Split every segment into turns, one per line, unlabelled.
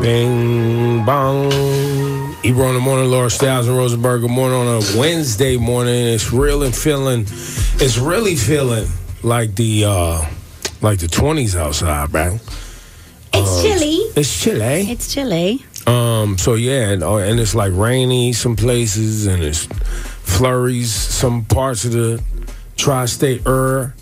Bing bong. Ebro in the morning, Laura Styles and Rosenberg. Good morning on a Wednesday morning. It's real and feeling. It's really feeling like the uh like the twenties outside, bro. Um,
It's chilly.
Oh, It's chilly. eh?
It's chilly.
Um. So yeah, and, oh, and it's like rainy some places, and it's flurries some parts of the tri-state area.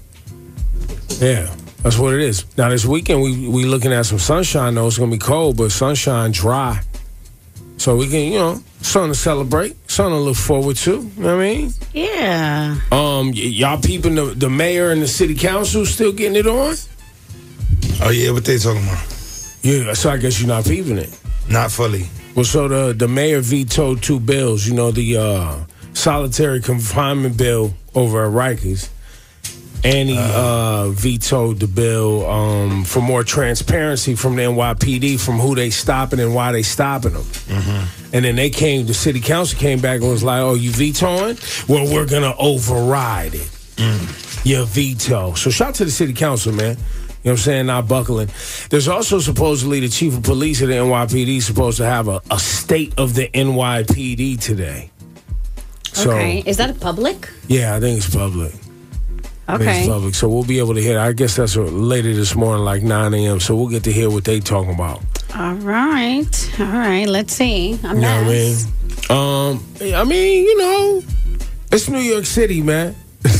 Yeah, that's what it is. Now this weekend we we looking at some sunshine though. It's gonna be cold, but sunshine dry. So we can, you know, something to celebrate, something to look forward to. You know what I mean?
Yeah.
Mm-hmm.
Um, y- y'all peeping the, the mayor and the city council still getting it on?
Oh yeah, what they talking about?
Yeah, so I guess you're not peeping it.
Not fully.
Well, so the the mayor vetoed two bills. You know, the uh, solitary confinement bill over at Rikers, and he
Uh-huh.
uh, vetoed the bill um, for more transparency from the NYPD from who they stopping and why they stopping them. And then they came, the city council came back and was like, "Oh, you vetoing? Well, we're gonna override it." your veto. So shout out to the city council, man. You know what I'm saying? Not buckling. There's also supposedly the chief of police of the NYPD supposed to have a, a state of the NYPD today. So
okay. Is that public?
yeah, I think it's public. I think
Okay.
It's public. So we'll be able to hear. I guess that's uh, later this morning, like 9 a.m. So we'll get to hear what they talking about.
All right. All right. Let's see. I'm
You know
not.
what I mean? Um, I mean, you know, it's New York City, man.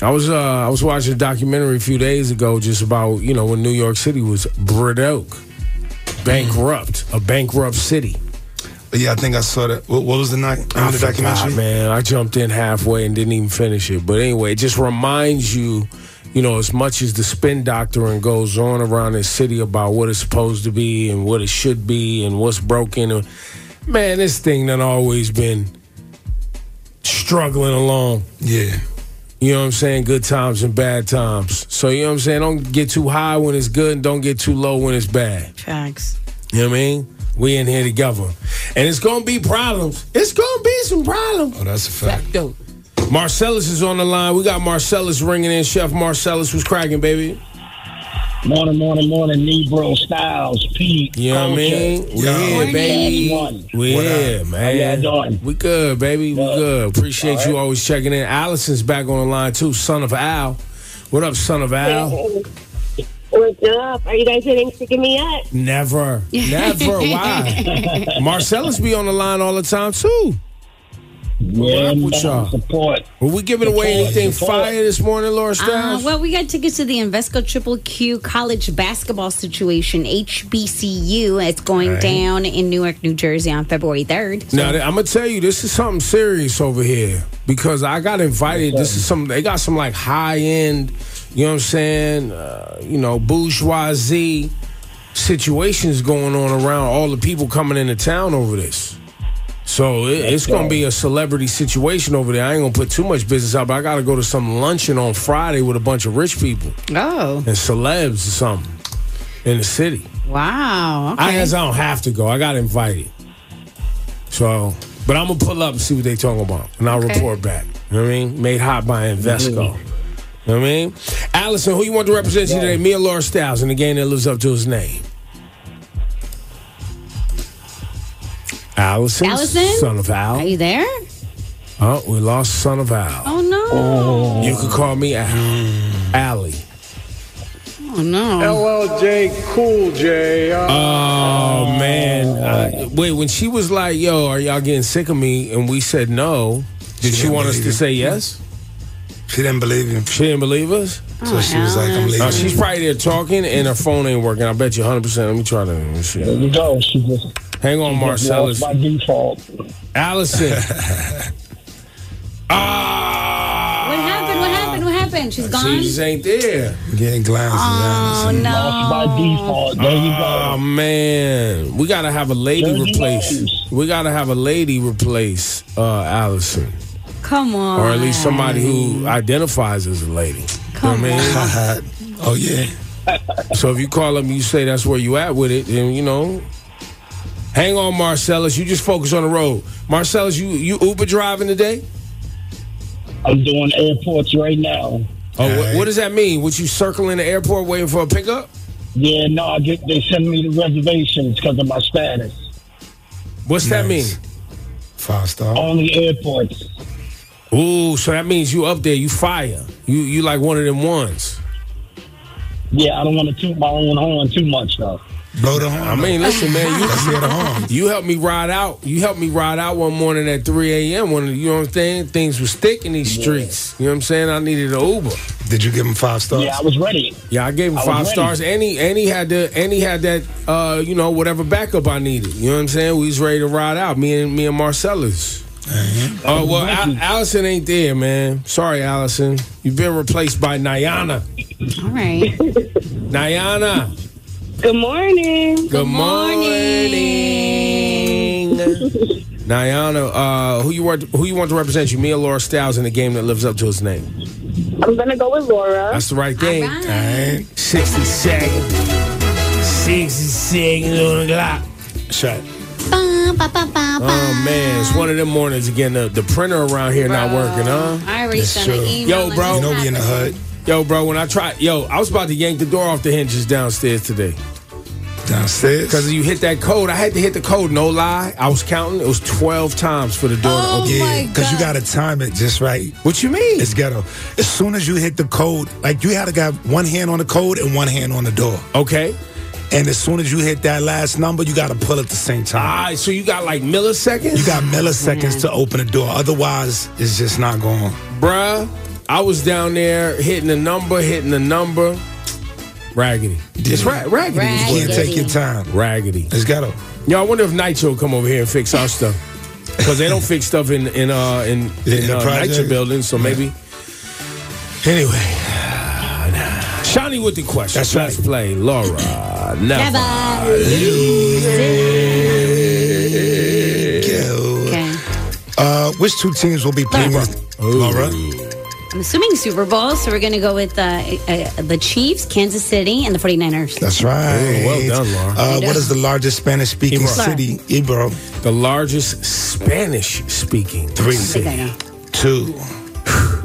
I was uh, I was watching a documentary a few days ago just about you know when New York City was broke, bankrupt, a bankrupt city.
Yeah, I think I saw that. What, what was the night?
I
Remember the
forgot,
documentary?
man. I jumped in halfway and didn't even finish it. But anyway, it just reminds you, you know, as much as the spin doctoring goes on around this city about what it's supposed to be and what it should be and what's broken. and- Man, this thing done always been struggling along.
Yeah.
You know what I'm saying? Good times and bad times. So you know what I'm saying? Don't get too high when it's good and don't get too low when it's bad.
Facts.
You know what I mean? We in here together. And it's gonna be problems. It's gonna be some problems.
Oh, that's a fact.
Marcellus is on the line. We got Marcellus ringing in. Chef Marcellus was cracking, baby.
Morning, morning, morning, Negro Styles, Pete.
You know what I mean? We
Yeah.
here, baby.
Morning.
We
What up?
here,
How y'all
man.
doing?
We good, baby. We
Good.
good. Appreciate you always checking in. Allison's back on the line too. Son of Al. What up, son of Al?
What's up? Are you guys hitting sticking me up?
Never. Never. Why? Marcellus be on the line all the time too.
Yeah,
up with
man,
y'all?
Support.
Were we giving away
Support,
anything
support.
fire this morning, Laura
Uh,
Styles?
well, we got tickets to the Invesco Triple Q College basketball situation, HBCU. It's going down in Newark, New Jersey on February 3rd.
Now I'm gonna tell you, this is something serious over here because I got invited. This is some they got some like high end, you know what I'm saying? Uh, you know, bourgeoisie situations going on around all the people coming into town over this. So it, it's gonna be a celebrity situation over there. I ain't gonna put too much business out, but I gotta go to some luncheon on Friday with a bunch of rich people
Oh,
and celebs or something in the city.
wow.
I guess I don't have to go. I got invited. So, but I'm gonna pull up and see what they talking about, and I'll
Okay.
report back. You know what I mean? Made hot by Invesco. You know what I mean? Allison, who you want to represent you today? Me or Laura Styles in the game that lives up to his name? Allison,
Allison?
son of
Are
Al.
you there?
Oh, we lost son of Al.
Oh, no. Oh,
You could call me Al. Allie.
no.
LLJ Cool J. Uh,
Oh man! Uh, wait, when she was like, "Yo, are y'all getting sick of me?" and we said no, did she
didn't
want us to
believe
say yes?
She didn't believe him,
She didn't believe us.
Oh,
so she was like, "I'm
Uh,
leaving."
she's probably there talking, and her phone ain't working. I bet you 100. percent Let me try to
There
shit.
you go. She just lost
hang on, Marcellus,
by default.
Allison.
What
Ah,
happened? What happened? What happened? happened? She's gone.
She just ain't there.
Getting glasses
oh
out.
no.
By default, there you
Oh
go.
man, we gotta have a lady
Jersey
replace.
Rose.
We gotta have a lady replace uh, Allison,
Come on.
or at least somebody who identifies as a lady.
Come
you know what I
Ha
mean?
ha. Oh yeah.
So if you call them, you say that's where you at with it, then you know. Hang on, Marcellus. You just focus on the road. Marcellus, you you Uber driving today?
I'm doing airports right now.
Oh, wha-
Alright.
what does that mean? Would you circling the airport waiting for a pickup?
Yeah, no, I get they send me the reservations because of my status.
What's that mean?
Nice. Five star.
Only airports.
Ooh, so that means you up there, you fire. You you like one of them ones.
Yeah, I don't want to toot my own horn too much though.
Blow the horn.
I mean, listen, man, you
Let's hear the horn.
You helped me ride out. You helped me ride out one morning at 3 a.m. when you know what I'm saying. Things was thick in these streets. You know what I'm saying. I needed an Uber.
Did you give him five stars?
Yeah, I was ready.
Yeah, I gave him
was
five
ready.
stars. And he and he had the and he had that uh, you know whatever backup I needed. You know what I'm saying. We was ready to ride out. Me and me and Marcellus. Oh well, Al- Allison ain't there, man. Sorry, Allison. You've been replaced by Nyana.
All right.
Nyana.
Good morning.
Good morning.
morning.
Nyana, uh, who you want who you want to represent you? Me or Laura Styles in the game that lives up to its name.
I'm gonna go with Laura.
That's the right thing.
All right.
right. 60 seconds. 60 seconds on the clock. Shut.
Ba, ba, ba, ba, ba.
Oh man, it's one of them mornings again. The, the printer around here not working, huh?
I already
Yes,
sent an
sir.
email.
Yo, bro.
You know we in the hood.
Yo, bro, when I tried yo, I was about to yank the door off the hinges downstairs today.
Downstairs.
Cause you hit that code. I had to hit the code, no lie. I was counting. It was 12 times for the door to open.
Oh my
yeah, because you
God.
gotta time it just right.
What you mean?
It's ghetto. As soon as you hit the code, like you had to got one hand on the code and one hand on the door.
Okay.
And as soon as you hit that last number, you gotta pull at the same time.
Ah, so you got like milliseconds?
You got milliseconds to open the door. Otherwise, it's just not going.
bruh. I was down there hitting the number, hitting the number. Raggedy. It's ra- raggedy.
You
was
can't
what-
Raggedy.
take your time.
Raggedy.
It's ghetto.
Yo, I wonder if Nitro come over here and fix our stuff. Because they don't fix stuff in in uh in,
In
in
the
uh,
project?
Nitro buildings, so maybe. Anyway. Shawnee with the question.
That's
Let's
right.
play Laura. Never.
Never.
Oh.
Ghetto.
Okay.
Uh, which two teams will be playing?
Laura.
with- Laura.
I'm assuming Super Bowl, so we're going to go with uh, uh, the Chiefs, Kansas City, and the 49ers.
That's right.
Ooh, Oh, well done, Laura.
Uh, what is the largest Spanish-speaking
Ebro.
city? Ebro.
The largest Spanish speaking
Three,
I think I know.
two,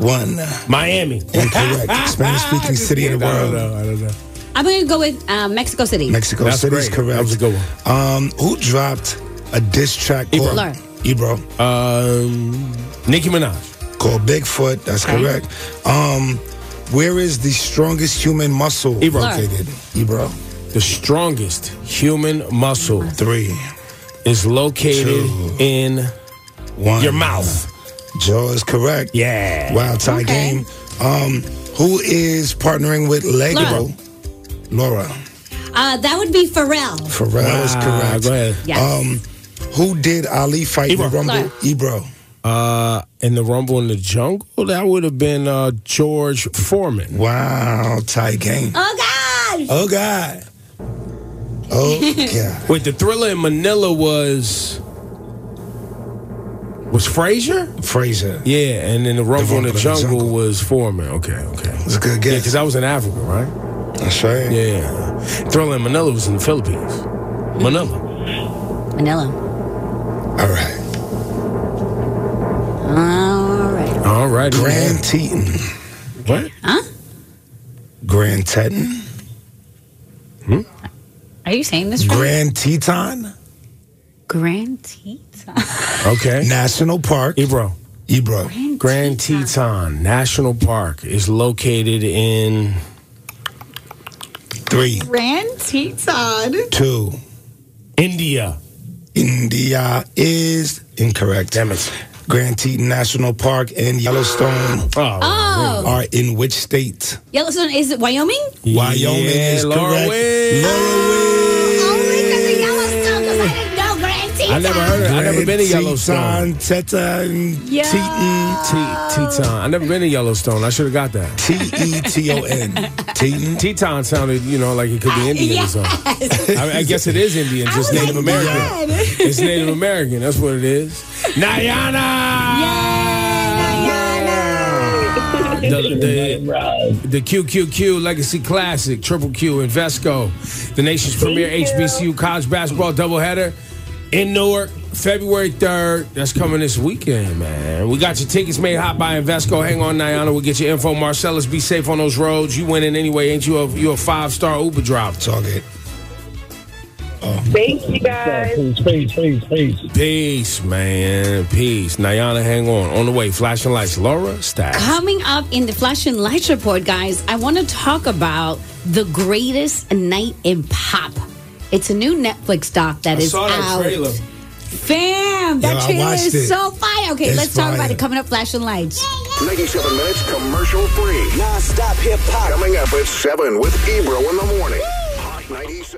one.
Miami.
Incorrect. Spanish-speaking city in the
I don't
world.
know, I don't know.
I'm going to go with uh, Mexico City.
Mexico
That's
City's
great.
correct.
That was a good one.
Um, who dropped a diss track
Ebro.
Laura.
called Ebro
Um, Nicki Minaj.
called Bigfoot? That's correct. Um, where is the strongest human muscle
Ebro. Laura.
located? Ebro.
The strongest human muscle
Three,
is located
Two.
in
one.
your mouth.
Jaw is correct.
Yeah.
Wow, tie
Okay.
game. Um, who is partnering with Lego? Laura.
Uh, that would be Pharrell.
Pharrell is
Ah,
correct.
go ahead.
Yes.
Um, who did Ali fight
Ebro.
in Rumble?
Laura.
Ebro.
Uh, in the Rumble in the Jungle, that would have been uh, George Foreman.
Wow, tie game.
oh, gosh.
Oh God. Oh God.
Wait, the Thriller in Manila was was Frazier?
Fraser.
Yeah, and then the Rumble in the
Rumble in the
Jungle,
Jungle.
was Foreman. Okay, okay.
It's a good
Yeah,
guess.
because I was in Africa, right?
That's right.
Yeah. Thriller in Manila was in the Philippines. Manila.
Manila.
All right.
All right.
All right.
Grand Teton.
What?
Huh?
Grand Teton.
Are you saying this right?
Grand Teton
Grand Teton.
Okay.
National Park.
Ebro.
Ebro.
Grand Teton National Park is located in
Three,
Grand Teton.
two.
India.
India is incorrect.
Damn it.
Grand Teton National Park and Yellowstone
Oh,
Oh,
are in which state?
Yellowstone is it Wyoming?
Wyoming
Yeah,
is
Laura
correct.
Wynn.
Laura Wynn.
Oh Only because of Yellowstone, because I didn't know Grand Teton.
I never heard of it. I never been to
Grand
Yellowstone.
Teton, Teton,
Yeah.
Teton,
Te- Teton. I never been to Yellowstone. I should have got that.
T E T O N. Teton.
Teton sounded, you know, like it could be Indian or something. I, I guess it is Indian, just
was
Native
like,
American.
"Dad."
It's Native American. That's what it is. Nayana! The, the,
Right.
the QQQ Legacy Classic, Triple Q, Invesco, the nation's premier
you.
HBCU college basketball doubleheader in Newark, February 3rd. That's coming this weekend, man. We got your tickets made hot by Invesco. Hang on, Nayana. We'll get your info. Marcellus, be safe on those roads. You winning anyway, ain't you? A, you a five star Uber driver.
It's all good.
Thank you guys.
Peace, peace, peace, peace.
Peace, man. Peace. Nayana, hang on. On the way, flashing lights. Laura Stacks.
Coming up in the Flash and Lights report, guys, I want to talk about the greatest night in pop. It's a new Netflix doc that
I
is
saw that
out.
trailer.
Fam,
Yeah,
that
I
trailer
watched
is
it.
so fire. Okay,
It's
let's talk about
fire.
it. Coming up, Flash and Lights.
97 minutes commercial free.
Non-stop hip hop.
Coming up at 7 with Ebro in the morning. Hot 97.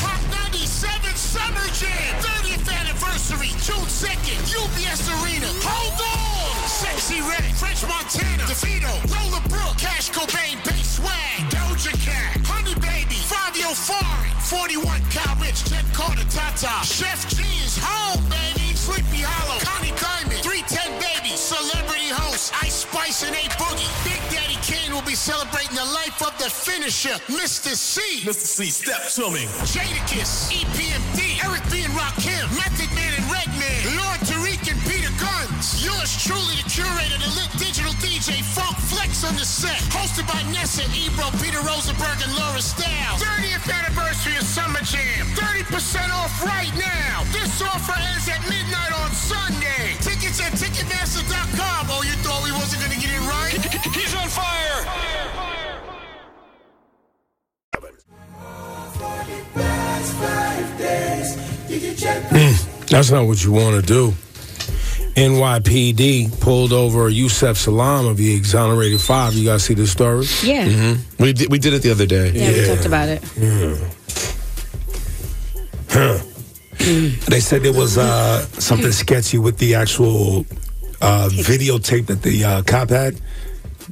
Hot 97 Summer Jam 30th anniversary, June 2nd, UBS Arena. Hold on! Sexy Red, French Montana, DeVito, Roller Brook, Cash Cobain, Big Swag, Doja Cat, Honey Baby, oh Fabio Foreign, 41 Cal Rich, Ted Carter, Tata, Chef G is home, baby. Sleepy Hollow, Connie Diamond, 310 Baby, Celebrity Host, Ice Spice and A Boogie. Big Daddy Kane will be celebrating the life of the finisher, Mr. C.
Mr. C, step to me.
Jadakiss, E EPMD, Eric B. and Rakim, Method Man and Redman, Lord Tariq and Peter Guns. Yours truly, the curator, the lit digital DJ, Funk Flex on the set. Hosted by Nessa, Ebro, Peter Rosenberg, and Laura Stiles. 30th anniversary of Summer Jam. 30% off right now. This offer ends at midnight on Sunday. Tickets at Ticketmaster.com. Oh, you thought we wasn't going to get it right? He's on fire!
Mm, That's not what you want to do. NYPD pulled over Yusef Salam of the exonerated five. You guys see this story? Mm-hmm.
Yeah.
We did, we did it the other day.
yeah, we
Yeah.
talked about it.
Hmm. They said there was uh, something sketchy with the actual uh, videotape that the uh, cop had,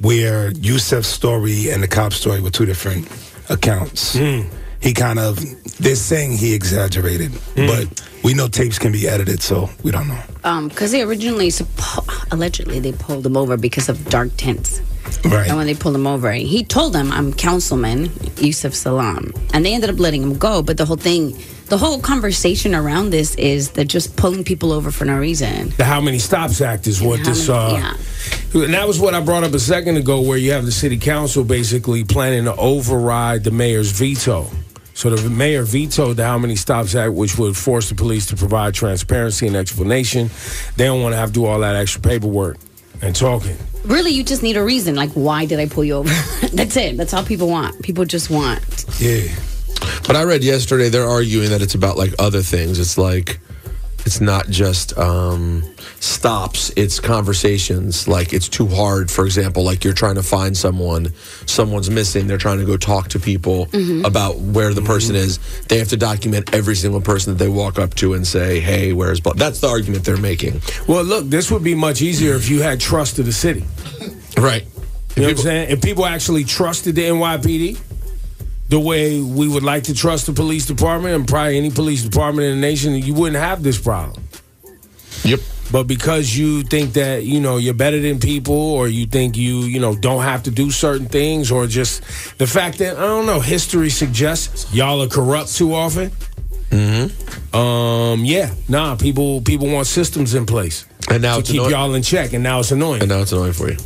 where Yusef's story and the cop's story were two different accounts. He kind of, they're saying he exaggerated, but we know tapes can be edited, so we don't know.
Um, because they originally suppo- allegedly they pulled him over because of dark tints. And when
Right.
they pulled him over, he told them, I'm councilman Yusuf Salam. And they ended up letting him go. But the whole thing, the whole conversation around this is they're just pulling people over for no reason.
The How Many Stops Act is what
how
this.
many-
Uh, And that was what I brought up a second ago, where you have the city council basically planning to override the mayor's veto. So the mayor vetoed the How Many Stops Act, which would force the police to provide transparency and explanation. They don't want to have to do all that extra paperwork and talking.
Really, you just need a reason. Like, why did I pull you over? That's it. That's all people want. People just want.
Yeah.
But I read yesterday they're arguing that it's about like other things. It's like it's not just um, stops; it's conversations. Like it's too hard. For example, like you're trying to find someone, someone's missing. They're trying to go talk to people about where the person is. They have to document every single person that they walk up to and say, "Hey, where's?" Blah? That's the argument they're making,
Well, look, this would be much easier if you had trust of the city.
right?
You know what I'm saying? If people actually trusted the NYPD the way we would like to trust the police department and probably any police department in the nation, you wouldn't have this problem.
Yep.
But because you think that, you know, you're better than people or you think you, you know, don't have to do certain things or just the fact that, I don't know, history suggests y'all are corrupt too often. Mm-hmm. Um, yeah. Nah, people people want systems in place
And now
to
it's
keep
annoying.
y'all in check and now it's annoying.
And now it's annoying for you.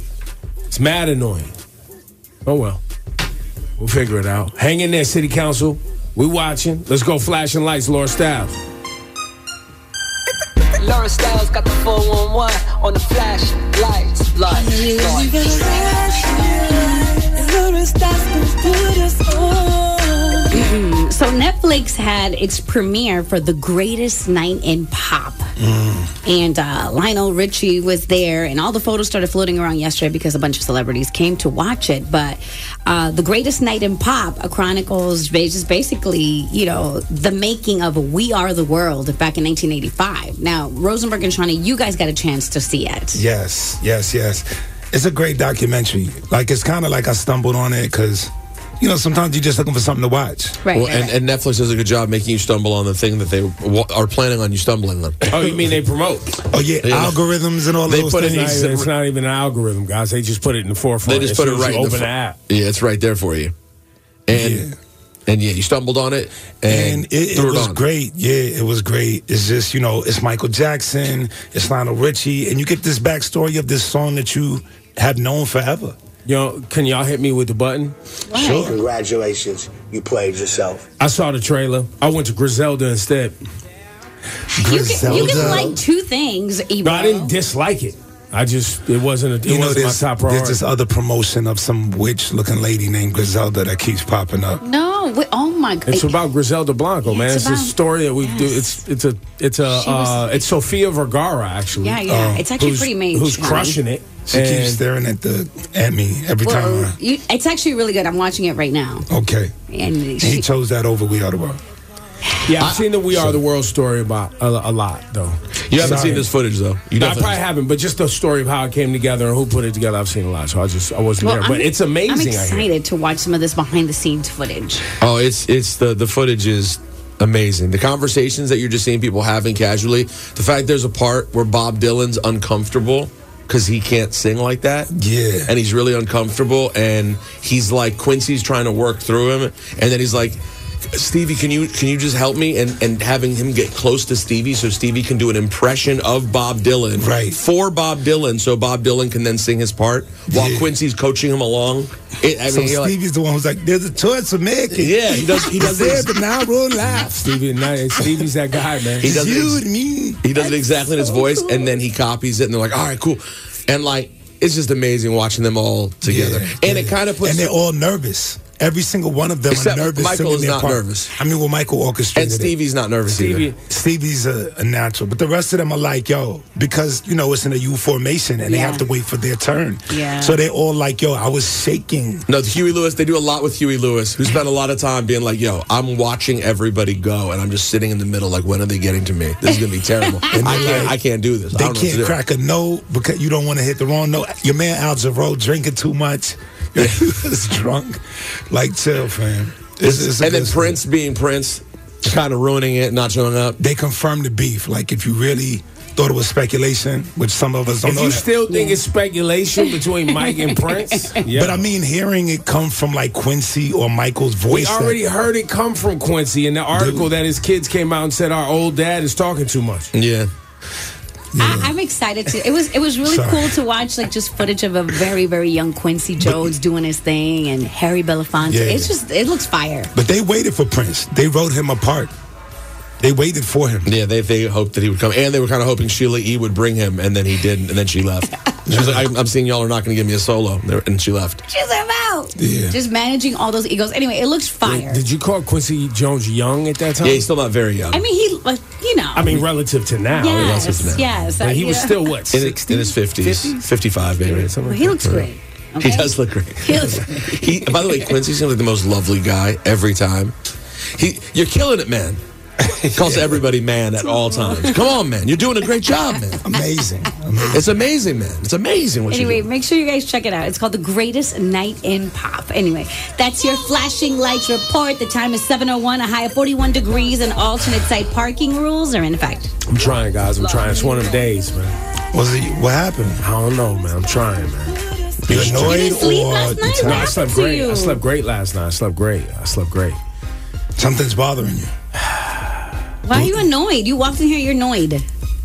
It's mad annoying. Oh well. We'll figure it out. Hang in there, City Council. We watching. Let's go flashing lights, Laura Styles.
Harry Styles got the 411 on the flashlights.
so Netflix had its premiere for The Greatest Night in Pop. And uh, Lionel Richie was there, and all the photos started floating around yesterday because a bunch of celebrities came to watch it. But uh, the greatest night in pop uh, chronicles ba- just basically, you know, the making of "We Are the World" back in 1985. Now, Rosenberg and Shawnee, you guys got a chance to see it.
Yes, yes, yes. It's a great documentary. Like it's kind of like I stumbled on it because, you know, sometimes you're just looking for something to watch.
Well, and, and Netflix does a good job making you stumble on the thing that they w- are planning on you stumbling on.
Oh, you mean they promote?
Oh yeah, algorithms and all
they
those
put It
things.
in
It's not, even, it's not even an algorithm, guys. They just put it in the forefront.
They just
as
put it
soon as
right
you
in the
open
fo-
the app.
Yeah, it's right there for you. And and yeah, you stumbled on it and,
it, it
threw it,
was
on.
great. Yeah, it was great. It's just you know, it's Michael Jackson, it's Lionel Richie, and you get this backstory of this song that you have known forever.
Yo, can y'all hit me with the button?
Sure. Congratulations, you played yourself.
I saw the trailer. I went to Griselda instead. Griselda.
You can like two things. Ebro.
no, I didn't dislike it. I just it wasn't a, it
you know,
wasn't my
there's,
top
there's
priority.
this other promotion of some witch-looking lady named Griselda that keeps popping up.
No, wi- oh my god.
It's about Griselda Blanco, man.
it's
It's, a
about-
story that we do. It's it's a it's a
She was-
uh, it's Sofia Vergara actually. Uh,
Yeah, yeah. It's actually
who's-
pretty major,
Who's
Johnny.
crushing it?
She keeps staring at the at me every
Well,
time.
you, it's actually really good. I'm watching it right now.
I, okay,
And
he chose that over We Are the World.
Yeah, I've seen the We Are the World story about a, a lot though.
You haven't
Sorry.
seen this footage though. You
No, I
definitely-
probably haven't, but just the story of how it came together and who put it together, I've seen a lot, so I just I wasn't
Well,
there. But
I'm-
it's amazing.
I'm
I hear.
excited to watch some of this behind the scenes footage.
Oh, it's it's the the footage is amazing. The conversations that you're just seeing people having casually. The fact there's a part where Bob Dylan's uncomfortable because he can't sing like that.
Yeah,
and he's really uncomfortable, and he's like Quincy's trying to work through him, and then he's like. Stevie, can you can you just help me and and having him get close to Stevie so Stevie can do an impression of Bob Dylan right for Bob Dylan so Bob Dylan can then sing his part while Quincy's coaching him along. It, I
so
mean, you're like-
Stevie's the one who's like, "There's a choice for making."
Yeah, he does- he does
there,
this.
but now we're live.
Stevie, nice. Stevie's that guy, man.
He does
you
ex-
and me.
He does it exactly in his voice, and then he copies it, and they're like, "All right, cool," and like it's just amazing watching them all together. and it kind of puts
and they're all nervous. Every single one of them
Except
are nervous.
Michael
singing
is
their
not
part.
nervous.
I mean, well, Michael orchestrated
And Stevie's
it.
not nervous Stevie- either.
Stevie's a, a natural, but the rest of them are like, yo, because you know it's in a U formation and they have to wait for their turn.
Yeah.
So they're all like, yo, I was shaking.
no Huey Lewis. They do a lot with Huey Lewis, who spent a lot of time being like, "Yo, I'm watching everybody go, and I'm just sitting in the middle, like, when are they getting to me? This is gonna be terrible. I can't, I can't do this. I
They
don't know what to
can't
do."
crack a note because you don't want to hit the wrong note. Your man Al Jarreau drinking too much. he was drunk. Like, chill, fam. It's- it's a
and then
good
Prince being Prince, kind of ruining it, not showing up.
They confirmed the beef. Like, if you really thought it was speculation, which some of us don't
If
know.
you
that.
still think it's speculation between Mike and Prince, yeah.
But I mean, hearing it come from like Quincy or Michael's
we
voice.
already heard it come from Quincy in the article that his kids came out and said our old dad is talking too much.
Yeah.
I, I'm excited to. It was it was really
Sorry.
cool to watch like just footage of a very very young Quincy Jones doing his thing and Harry Belafonte.
Yeah.
It's just it looks fire.
But they waited for Prince. They wrote him apart. They waited for him.
Yeah, they, they hoped that he would come, and they were kind of hoping Sheila E. would bring him, and then he didn't, and then she left. She was like, "I'm, I'm seeing y'all are not going to give me a solo," and she left.
She's like, wow. Just managing all those egos. Anyway, it looks fire.
Did you call Quincy Jones young at that time?
Yeah, he's still not very young.
I mean, he like you know.
I mean, relative to now.
Yes, yes,
But he was
yeah.
still what?
in, his- in his 50s, 55 maybe.
Well, he looks great. Okay?
He does look great.
He looks
He, by the way, Quincy seems like the most lovely guy every time. He, you're killing it, man. He calls everybody man at all times. Come on, man. You're doing a great job, man.
Amazing.
It's amazing, man. It's amazing what
Anyway,
you
make sure you guys check it out. It's called The Greatest Night in Pop. Anyway, that's your flashing lights report. The time is 7.01, a high of 41 degrees, and alternate site parking rules are in effect.
I'm trying, guys. I'm trying. It's one of them days, man.
Was it? What happened?
I don't know, man. I'm trying, man.
You annoyed You didn't
sleep or- last night? What
No, I
happened
slept
to
great.
you?
I slept great last night. I slept great. I slept great.
Something's bothering you.
Why are you annoyed? You walked in here, you're annoyed.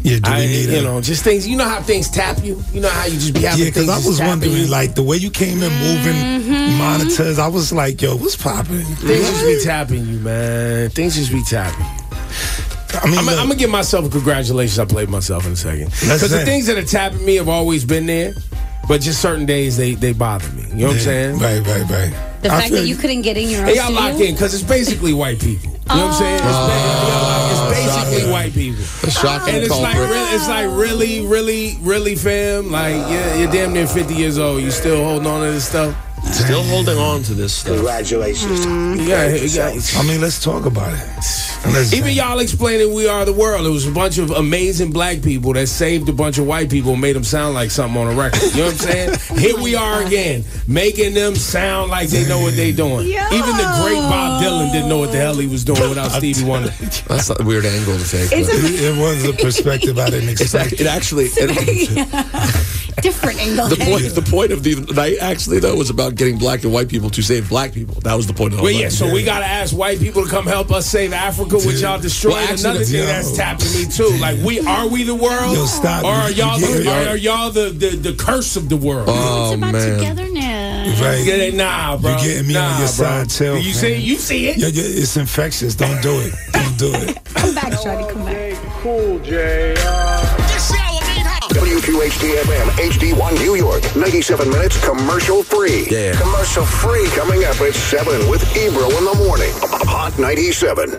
Yeah, do
I,
we need
you
a-
know, just things. You know how things tap you. You know how you just be having
Yeah, because
things
I
just
was
tapping you?
wondering, like, the way you came in moving
Mm-hmm.
monitors, I was like, yo, what's popping?
Things just be tapping you, man. Things just be tapping. you. I mean, I'm, gonna give myself a congratulations. I played myself in a second because the
it.
things that have tapped me have always been there, but just certain days they they bother me. You know what I'm
Yeah.
saying?
Right, right, right.
The
I
fact that
feel-
you couldn't get in your own
They got
studio? Oh,
locked in because it's basically white people. You know what I'm saying? It's, ba- it's basically white people.
shocking
and it's like,
culprit.
really, it's like really, really, really, fam. Like yeah, you're damn near 50 years old. You still holding on to this stuff.
Still holding on to this stuff.
Congratulations.
Yeah, yeah.
I mean, let's talk about it. And let's-
Even y'all explaining "We Are the World," it was a bunch of amazing black people that saved a bunch of white people and made them sound like something on a record. You know what I'm saying? Here we are again, making them sound like they know what they doing. Even the great Bob Dylan didn't know what the hell he was doing without Stevie Wonder.
That's a weird angle to take.
It's
but-
it, it was a perspective I didn't
It's
expect.
act- it actually. it-
Different angle.
the point. The point of the night actually though was about getting black and white people to save black people. That was the point
Oh,
of the
Well,
whole
yeah,
night.
so we gotta ask white people to come help us save Africa, which y'all destroyed.
Well, actually,
Another thing
yo.
that's tapping me too. Like, we are we the world,
Yo, stop.
or are y'all
You
the,
get it.
are, are y'all the, the the curse of the world?
Oh
about
man.
togetherness.
Right.
Get it? Nah, bro.
You're getting me
nah,
on your
bro.
side, too,
You
man.
see, you see it.
Yeah, yeah, it's infectious. Don't do it. Don't do it.
Come back, Shawty. Come back.
Cool J.
This hour ain't hot.
WQHD-FM, HD1 New York, 97 minutes commercial free.
Yeah.
Commercial free coming up at 7 with Ebro in the morning. Hot 97.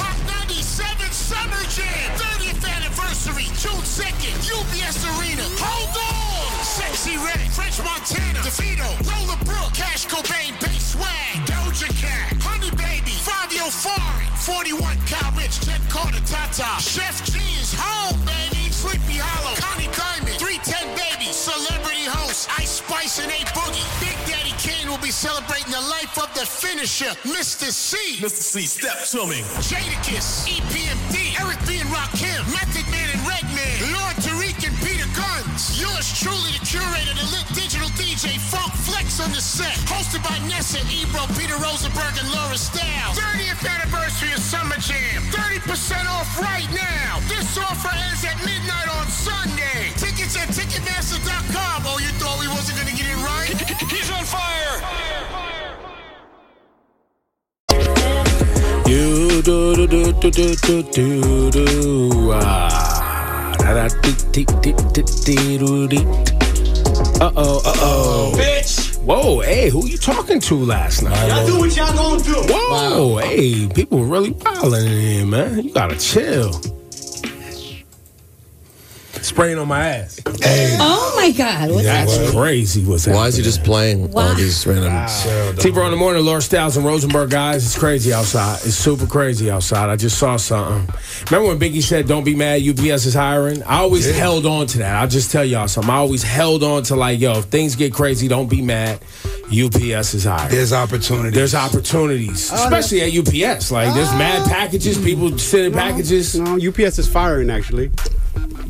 Hot 97 Summer Jam. 30th anniversary, June 2nd, UBS Arena. Hold on! Sexy Red, French Montana, DeVito, Lola Brooke, Cash Cobain, Bass Swag, Doja Cat, Honey Baby, Fabio Fari, 41 Cal Rich, Jen Carter, Tata, Chef G's, Home Baby, Sleepy Hollow, Connie Diamond, 310 Baby, Celebrity Host, Ice Spice and A Boogie. Big Daddy Kane will be celebrating the life of the finisher, Mr. C. E
Mr. C, step to me.
Jadakiss, EPMD, Eric B. and Rakim, Method Man and Redman, Lord Tariq and Peter Guns. Yours truly, the curator, the lit digital DJ, Funk Flex on the set. Hosted by Nessa, Ebro, Peter Rosenberg, and Laura Stiles. 30th anniversary of Summer Jam. 30% off right now. This offer ends at midnight on Sunday. Tickets at Ticketmaster.com. Oh, you thought we wasn't going to get it right? He's on fire!
You do do do do do do do do ah. Da da dee dee dee dee dee do dee. Uh oh, uh oh.
Bitch,
Whoa, hey, who you talking to last
y'all
night?
do what y'all gonna do.
Whoa, hey, people really wilding in here, man. You gotta chill. Spraying on my ass.
Oh my God. What's
That's
happening?
crazy. What's
Why is he
happening.
just playing all
Why?
these random?
T Bro in the morning, Laura Styles and Rosenberg, guys. It's crazy outside. It's super crazy outside. I just saw something. Remember when Biggie said, Don't be mad, UPS is hiring? I always held on to that. I'll just tell y'all something. I always held on to, like, yo, if things get crazy, don't be mad. UPS is hiring.
There's opportunity.
There's opportunities,
Oh,
especially at UPS. Like, there's mad packages, people sending packages.
No, UPS is firing, actually.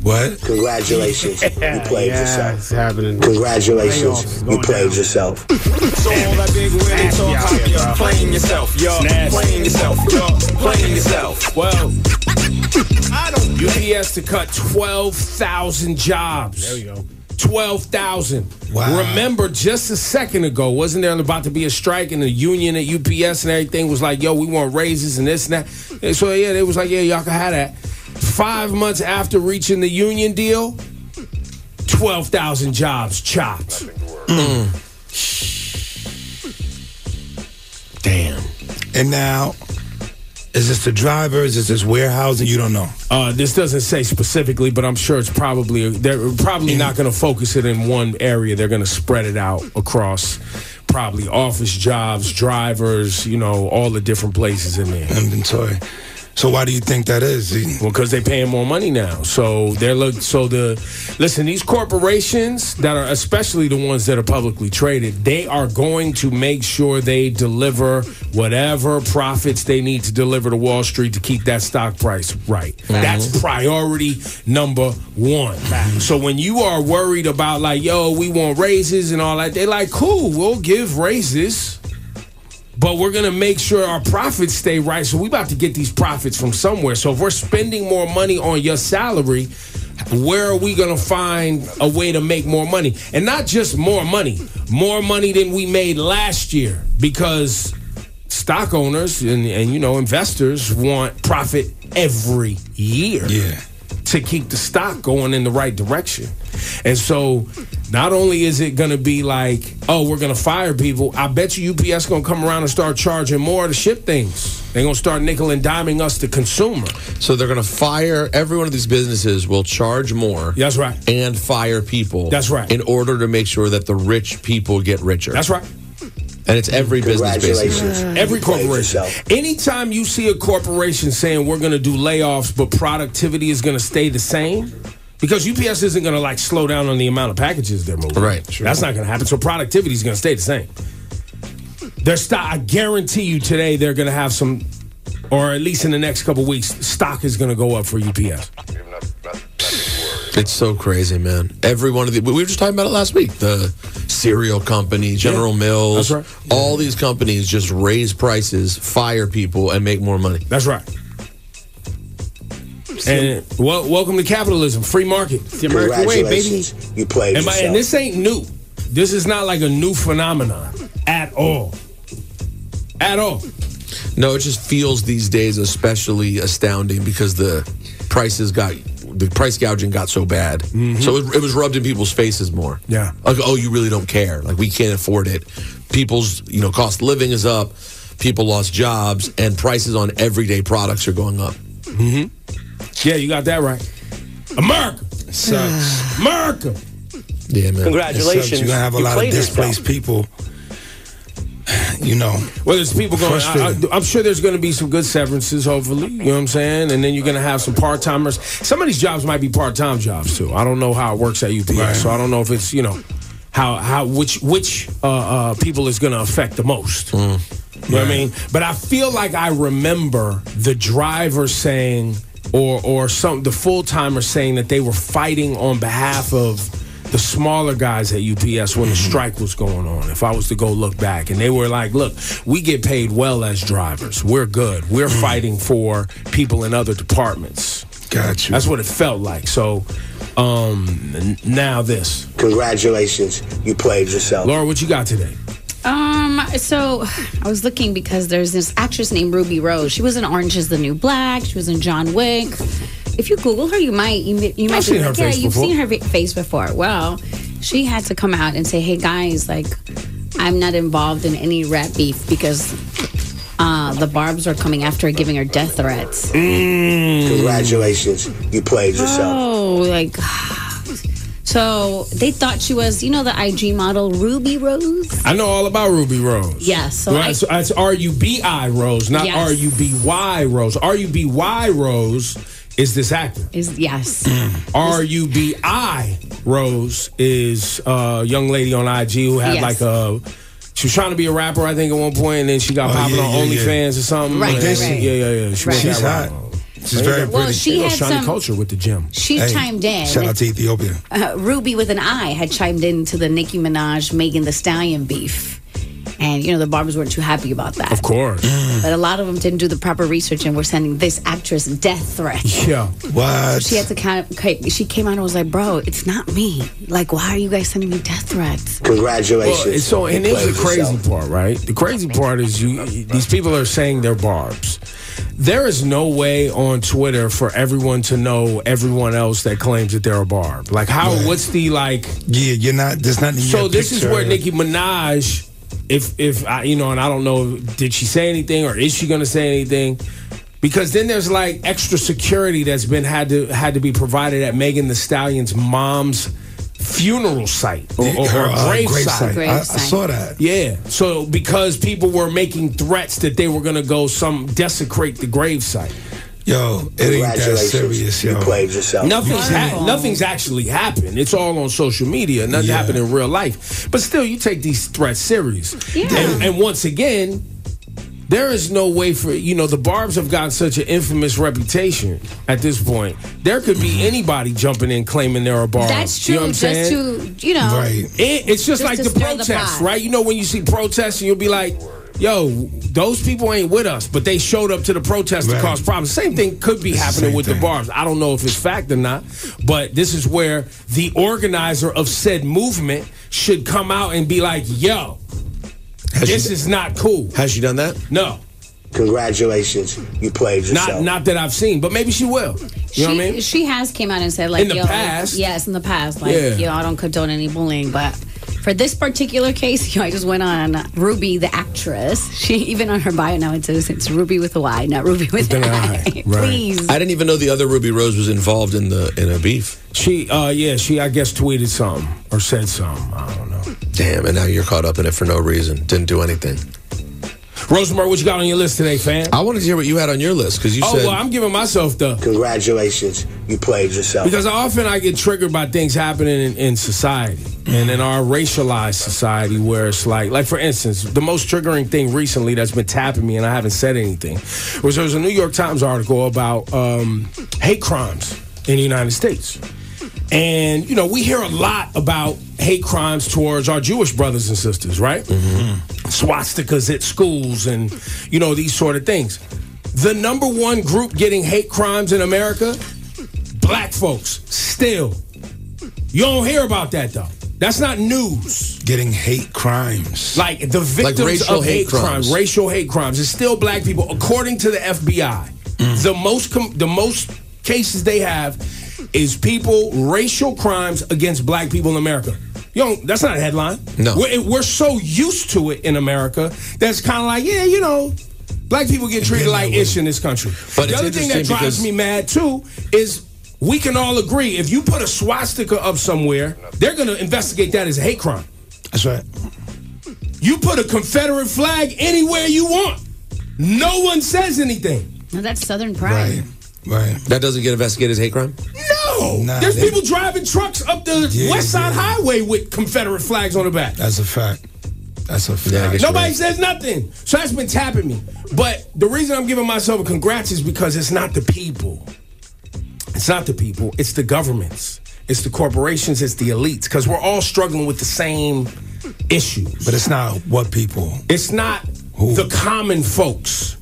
what?
Congratulations. You played
Yeah,
yourself.
it's happening.
Congratulations. You played yourself.
So all that big wig talk,
out here,
you're playing yourself, yo.
Nasty.
Playing yourself, yo. Playing yourself.
Well,
I don't
UPS to cut 12,000 jobs. There you go. 12,000.
Wow.
Remember, just a second ago, wasn't there about to be a strike and the union at UPS and everything was like, yo, we want raises and this and that. And so, yeah, they was like, yeah, y'all can have that. Five months after reaching the union deal, 12,000 jobs chopped. Mm. Damn.
And now, is this the driver? Is this this warehousing? You don't know.
Uh, this doesn't say specifically, but I'm sure it's probably they're probably not going to focus it in one area. They're going to spread it out across probably office jobs, drivers, you know, all the different places in there.
Inventory. So why do you think that is?
Well, because they paying more money now. So they're look. So the listen, these corporations that are especially the ones that are publicly traded, they are going to make sure they deliver whatever profits they need to deliver to Wall Street to keep that stock price right. That's priority number one. So when you are worried about like, yo, we want raises and all that, they like, cool, we'll give raises but we're gonna make sure our profits stay right. So we about to get these profits from somewhere. So if we're spending more money on your salary, where are we gonna find a way to make more money? And not just more money, more money than we made last year, because stock owners and, and you know investors want profit every year. Yeah. To keep the stock going in the right direction. And so not only is it gonna be like, oh, we're gonna fire people, I bet you UPS gonna come around and start charging more to ship things. They're gonna start nickel and diming us the consumer.
So they're going to fire every one of these businesses will charge more.
That's right.
And fire people.
That's right.
In order to make sure that the rich people get richer.
That's right.
And it's every business
Congratulations.
basically.
Every corporation. Anytime you see a corporation saying we're going to do layoffs, but productivity is going to stay the same, because UPS isn't going to like slow down on the amount of packages they're moving.
Right, sure.
That's not going to happen. So productivity is going to stay the same. Their stock, I guarantee you today, they're going to have some, or at least in the next couple weeks, stock is going to go up for UPS.
It's so crazy, man. Every one of the we were just talking about it last week. The cereal company, General Mills, all these companies just raise prices, fire people, and make more money.
That's right. And well, welcome to capitalism, free market.
the American way, baby. Congratulations. You played
and, my- and
yourself.
this ain't new. This is not like a new phenomenon at all. At all.
No, it just feels these days especially astounding because the prices got the price gouging got so bad.
Mm-hmm.
So it, it was rubbed in people's faces more.
Yeah.
Like, oh, you really don't care. Like we can't afford it. People's you know cost of living is up. People lost jobs and prices on everyday products are going up.
Mm-hmm. Yeah, you got that right. America. Sucks. America.
Yeah, man.
Congratulations. You're gonna have a
You
lot of
played yourself.
displaced people. You know,
Well, there's people going. I,
Frustrating.
I, am sure there's going to be some good severances, hopefully. You know what I'm saying? And then you're going to have some part timers. Some of these jobs might be part time jobs too. I don't know how it works at UPS,
Right.
so I don't know if it's you know how how which which uh, uh, people is going to affect the most.
Mm.
You know what I mean? But I feel like I remember the driver saying, or or some the full timer saying that they were fighting on behalf of the smaller guys at UPS when the strike was going on. If I was to go look back, and they were like, "Look, we get paid well as drivers. We're good. We're fighting for people in other departments."
Got you.
That's what it felt like. So, um, n- now this.
Congratulations. You played yourself.
Laura, what you got today?
Um, so I was looking because there's this actress named Ruby Rose. She was in Orange is the New Black. She was in John Wick. If you Google her, you might you, mi- you might
I've
be
seen her
like, yeah,
face
you've
before."
seen her vi- face before. Well, she had to come out and say, "Hey guys, like I'm not involved in any rat beef because uh, the Barb's are coming after her, giving her death threats."
Mm.
Congratulations. You
Ah.
played yourself.
Oh, like so they thought she was, you know, the IG model Ruby Rose.
I know all about Ruby Rose.
Yes, so
Right, so that's R U B I Rose, not
Yes.
R U B Y Rose. R U B Y Rose is this actor.
Is yes.
Mm. R U B I Rose is a young lady on IG who had
Yes.
like a. She was trying to be a rapper, I think, at one point, and then she got
Oh,
popular
yeah,
on
yeah, yeah.
OnlyFans or something.
Right,
And-
right, right.
Yeah, yeah, yeah. She went
She's
that
hot.
route.
She's very
Well,
pretty.
she
There you go,
had
Shawnee
some-
culture with the gym.
She chimed in.
Shout out to Ethiopia.
uh, Ruby with an I had chimed in to the Nicki Minaj Megan the Stallion beef. And, you know, the barbers weren't too happy about that.
Of course.
But a lot of them didn't do the proper research and were sending this actress death threats.
Yeah.
So
What?
she had to kind of, okay, she came out and was like, bro, it's not me. Like, why are you guys sending me death threats?
Congratulations.
Well, it's so and
You
here's the
played
crazy
yourself.
part, right? The crazy part is you. These people are saying they're barbs. There is no way on Twitter for everyone to know everyone else that claims that they're a barb. Like how? What's the like?
Yeah, you're not. There's not.
So this is where Nicki Minaj, if if I you know, and I don't know, did she say anything or is she going to say anything? Because then there's like extra security that's been had to had to be provided at Megan the Stallion's mom's funeral site or, or
Her,
her,
uh,
grave,
grave
site.
site. I- I Grave saw site. that.
Yeah. So because people were making threats that they were going to go some desecrate the grave site.
Yo, it ain't that
Congratulations.
serious, yo.
You
played yourself.
Nothing's ha- nothing's actually happened. It's all on social media. Nothing
Yeah.
happened in real life. But still, you take these threats serious.
Yeah.
And, and once again, there is no way for you know the Barb's have gotten such an infamous reputation at this point. There could be anybody jumping in claiming they're a Barb.
That's true.
You know what I'm
just
saying?
to you know,
It- it's just,
just
like
to
the
stir the
protests,
pot.
right? You know, when you see protests and you'll be like, yo, those people ain't with us, but they showed up to the protest to
Right.
cause problems. Same thing could be
It's the
happening
same
with the
thing.
bars. I don't know if it's fact or not, but this is where the organizer of said movement should come out and be like, yo, this is not cool.
Has she done that?
No.
Congratulations, you played yourself.
Not, not that I've seen, but maybe she will. You
she,
know what I mean?
she has came out and said like,
In the
yo,
past.
yes, in the past, like,
Yeah.
yo, I don't condone any bullying, but. For this particular case, yo, I just went on Ruby, the actress. She even on her bio now it says it's Ruby with a Y, not Ruby with an I. Please.
I didn't even know the other Ruby Rose was involved in the in a beef.
She, uh, yeah, she, I guess, tweeted something or said something. I don't know.
Damn, and now you're caught up in it for no reason. Didn't do anything.
Rosemary, what you got on your list today, fam?
I wanted to hear what you had on your list because you
Oh,
said
well, I'm giving myself the.
Congratulations, you played yourself.
Because often I get triggered by things happening in, in society and in our racialized society where it's like, like for instance, the most triggering thing recently that's been tapping me and I haven't said anything was there was a New York Times article about um, hate crimes in the United States. And, you know, we hear a lot about hate crimes towards our Jewish brothers and sisters, right? Swastikas at schools and, you know, these sort of things. The number one group getting hate crimes in America black folks still. You don't hear about that though. That's not news.
Getting hate crimes.
Like the victims
racial
of
hate
hate, crimes.
crimes.
racial hate crimes. It's still black people, according to the FBI. The most com- the most cases they have is people racial crimes against black people in America. You don't, that's not a headline.
No.
we're, we're so used to it in America that's kind of like yeah, you know, black people get treated like ish in this country.
But
the
it's
other thing that
interesting
drives
because-
me mad too is we can all agree if you put a swastika up somewhere, they're going to investigate that as a hate crime.
That's right.
You put a Confederate flag anywhere you want. No one says anything.
No, that's Southern pride.
Right.
That doesn't get investigated as hate crime?
No. There's people driving trucks up the
Yeah,
West Side
yeah.
Highway with Confederate flags on the back.
That's a fact. That's a fact.
Nobody says nothing. So that's been tapping me. But the reason I'm giving myself a congrats is because it's not the people. It's not the people, it's the governments. It's the corporations, it's the elites, because we're all struggling with the same issue.
But it's not what people.
It's not the common folks.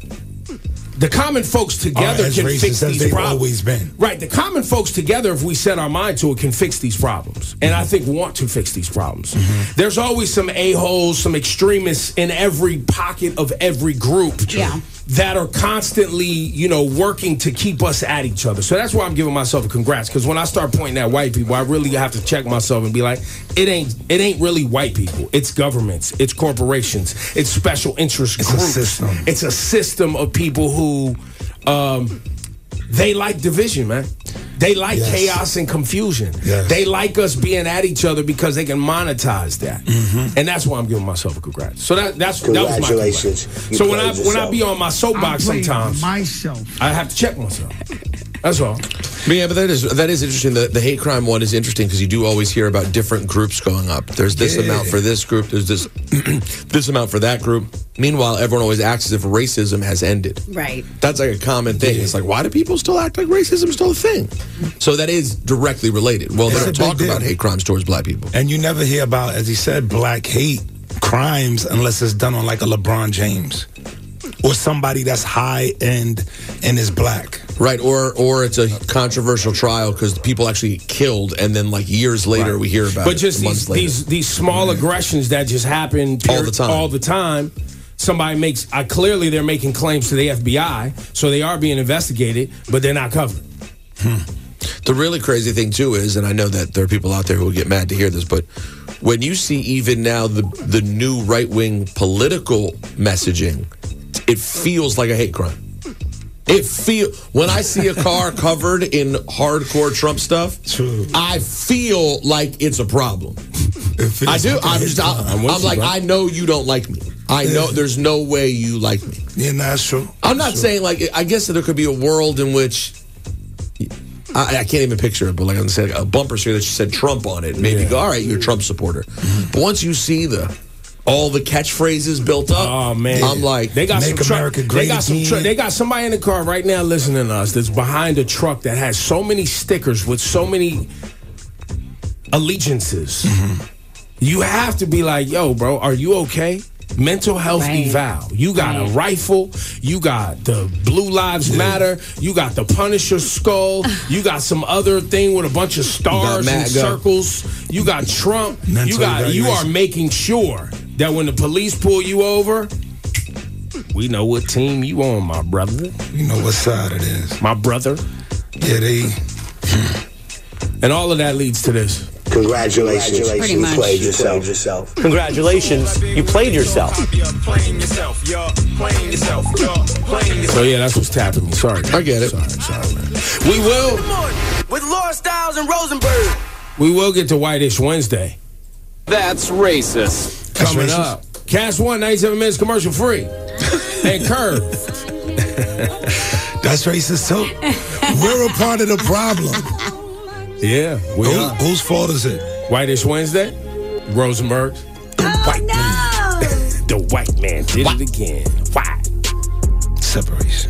The common folks together
Are as
can
racist
fix
as
these
they've
problems.
always been.
Right, the common folks together, if we set our mind to it, can fix these problems. And I think want to fix these problems.
Mm-hmm.
There's always some a-holes, some extremists in every pocket of every group
Yeah.
that are constantly, you know, working to keep us at each other. So that's why I'm giving myself a congrats. Because when I start pointing at white people, I really have to check myself and be like, it ain't it ain't really white people. It's governments, it's corporations, it's special interest
It's a
groups.
system.
It's a system of people who um, they like division, man. They like
Yes.
chaos and confusion.
Yes.
They like us being at each other because they can monetize that,
Mm-hmm.
and that's why I'm giving myself a congrats. So that that's that was my
Congratulations.
congrats.
You
So when I
played
when I
yourself.
be on my soapbox sometimes,
myself.
I have to check myself. That's all.
But yeah, but that is that is interesting. The, the hate crime one is interesting because you do always hear about different groups going up. There's this
Yeah.
amount for this group. There's this this amount for that group. Meanwhile, everyone always acts as if racism has ended.
Right.
That's like a common thing. It's like why do people still act like racism is still a thing? So that is directly related. Well,
It's
they don't
a big
talk about
deal.
hate crimes towards black people.
And you never hear about, as he said, black hate crimes unless it's done on like a LeBron James or somebody that's high end and is black.
Right, or or it's a controversial trial because people actually killed, and then like years later we hear about.
But
it,
just
months
these
later.
these these small aggressions that just happen all the time. All the time. Somebody makes I clearly they're making claims to the FBI, so they are being investigated, but they're not covered.
The really crazy thing too is, and I know that there are people out there who will get mad to hear this, but when you see even now the the new right wing political messaging, it feels like a hate crime. It feel when I see a car covered in hardcore Trump stuff, I feel like it's a problem. I do.
like
I'm
it.
just. I,
I'm
I'm,
with you,
like.
bro.
I know you don't like me. I know
Yeah.
there's no way you like me.
Yeah, nah, that's true.
I'm not saying like. I guess that there could be a world in which. I, I can't even picture it, but like I said, a bumper sticker that said Trump on it. Maybe go, all right, you're a Trump supporter. But once you see the all the catchphrases built up, oh man, I'm like,
They got some truck. They got some truck. They got somebody in the car right now listening to us that's behind a truck that has so many stickers with so many allegiances.
Mm-hmm.
You have to be like, yo, bro, are you okay? Mental health eval. You got a rifle. You got the Blue Lives Matter. You got the Punisher skull. you got some other thing with a bunch of stars and
MAGA.
circles. You got Trump.
Mental
you got. You are
evaluation.
making sure that when the police pull you over, we know what team you on, my brother.
You know what side it is.
My brother.
Yeah, they. hmm.
And all of that leads to this.
Congratulations,
Pretty
you
much.
played yourself. yourself.
Congratulations, you played yourself. So yeah, that's what's tapping me. Sorry. I
get it.
Sorry, sorry. man. We will.
With Laura Styles and Rosenberg.
We will get to Whitish Wednesday
That's racist.
coming up. Cast one, 97 minutes commercial free. and curve.
That's racist too. We're a part of the problem.
Yeah. We
Who-
are.
Whose fault is it?
Whitish Wednesday. Rosenberg's. The white man did it again. Why?
Separation.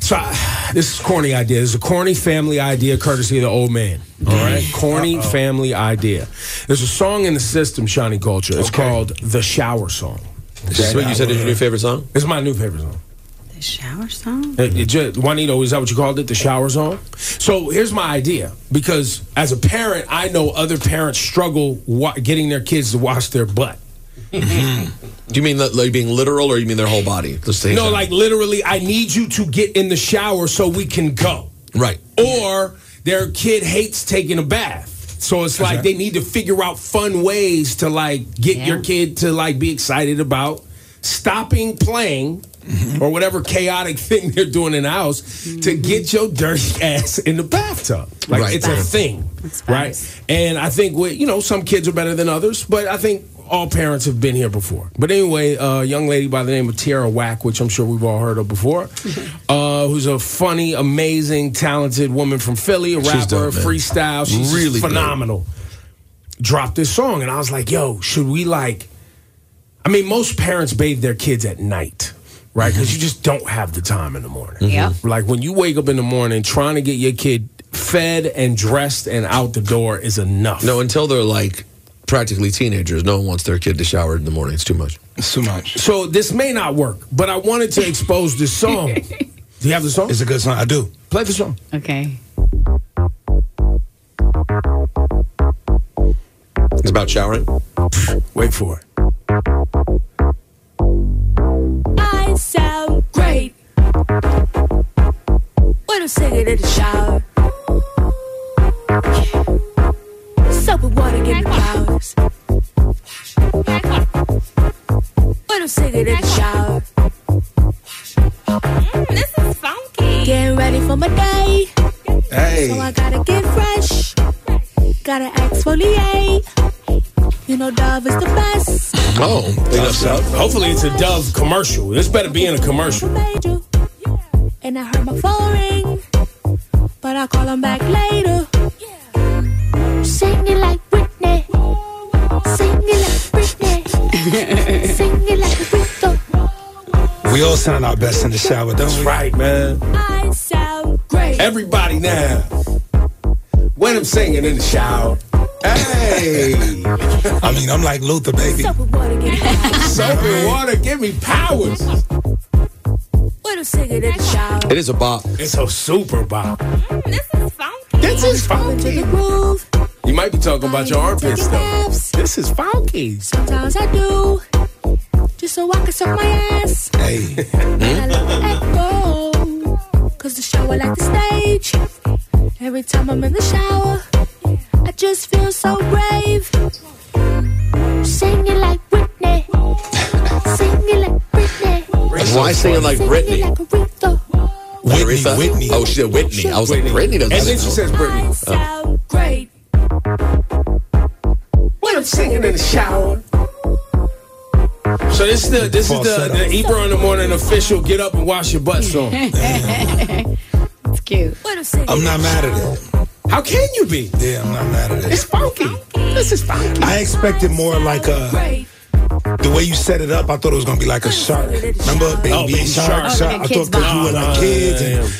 so I- this is a corny idea. This is a corny family idea, courtesy of the old man. All right,
Mm.
corny family idea. There's a song in the system, Shawnee Culture. It's called "The Shower Song."
This is what you said is your new favorite song.
It's my new favorite song.
The shower song?
Uh, it ju- Juanito, is that what you called it? The shower zone? So here's my idea because as a parent, I know other parents struggle wa- getting their kids to wash their butt.
Do Hmm. you mean that, like being literal, or you mean their whole body? Let's say
No, like literally, I need you to get in the shower so we can go.
Right.
Or their kid hates taking a bath. So it's like they need to figure out fun ways to like get your kid to like be excited about stopping playing or whatever chaotic thing they're doing in the house to get your dirty ass in the bathtub. Like
Right.
it's a
Right.
thing, right? And I think what you know, some kids are better than others, but I think all parents have been here before. But anyway, a young lady by the name of Tiara Whack, which I'm sure we've all heard of before, uh, who's a funny, amazing, talented woman from Philly, a
She's
rapper,
dope, man.
freestyle, she's
Really
really
good.
phenomenal. Dropped this song, and I was like, "Yo, should we like?" I mean, most parents bathe their kids at night,
Mm-hmm.
right? Because you just don't have the time in the morning.
Yeah.
Like when you wake up in the morning, trying to get your kid fed and dressed and out the door is enough.
No, until they're like practically teenagers, no one wants their kid to shower in the morning. It's too much.
It's too much.
So this may not work, but I wanted to expose this song. Do you have the song?
It's a good song. I do.
Play the song.
Okay.
about showering? Wait for it.
I sound great when I'm singing in the shower. Soap and water give me powers when I'm singing in the shower. Mm, this is funky. Getting ready for my day, so I gotta get fresh. Gotta exfoliate. You know, Dove is the best.
Oh,
hopefully it's a Dove commercial. This better be in a commercial.
And I heard my phone ring, but I'll call him back later. Sing it like Britney. Sing it like Britney. Sing it like Britney.
We all sound our best in the shower, don't we?
Right, man.
I sound great.
Everybody now. When I'm singing in the shower. Hey.
I mean, I'm like Luther, baby.
Soap and water, give me powers.
When I'm singing in the shower.
It is a bop.
It's a super bop.
This is funky. To the groove.
You might be talking about your armpit
stuff.
This is funky.
Sometimes I do. Just so I can suck my ass.
Hey.
Hmm?
Echo. Cause the shower like the stage. Every time I'm in the shower, I just feel so brave. Sing it like Whitney. Sing it like Whitney.
Why sing it like Britney?
Like Aretha.
Whitney, Whitney. Oh, she said Whitney. I was like, Britney doesn't Oh.
And then she
know.
says Britney.
Sound great.
When I'm singing in the shower. So this is the this is the, the Ebro in the morning official get up and wash your butt song.
it's cute.
I'm not mad at it.
How can you be?
Yeah, I'm not mad at it.
It's funky. This is funky.
I expected more like a. The way you set it up, I thought it was gonna be like a shark. Remember, baby
Oh, Baby Shark.
shark, shark.
Oh,
I
like a
thought
kid's
because you
vibe.
were
Oh,
like
yeah,
kids.
yeah,
And,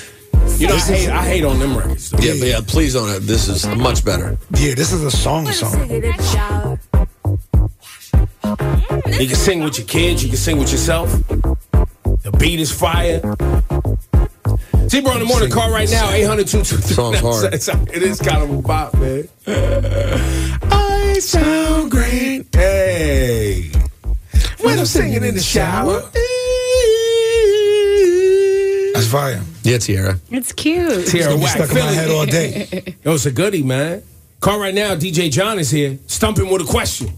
You know, I hate I hate on them records. Though.
Yeah, but yeah, please don't. uh, This is much better.
yeah, this is a song song.
Sing it in the shower.
You can sing with your kids. You can sing with yourself. The beat is fire. Zebra in the morning. Call right now. 800
Song's hard.
It is kind of a bop, man. I sound great. Hey. When I'm singing in the shower.
That's fire.
Yeah, Tiara.
It's cute.
It's
Tierra
gonna be
Whack.
stuck in my
Philly.
head all day.
Yo, it's a goodie, man. Call right now. DJ John is here. Stump him with a question.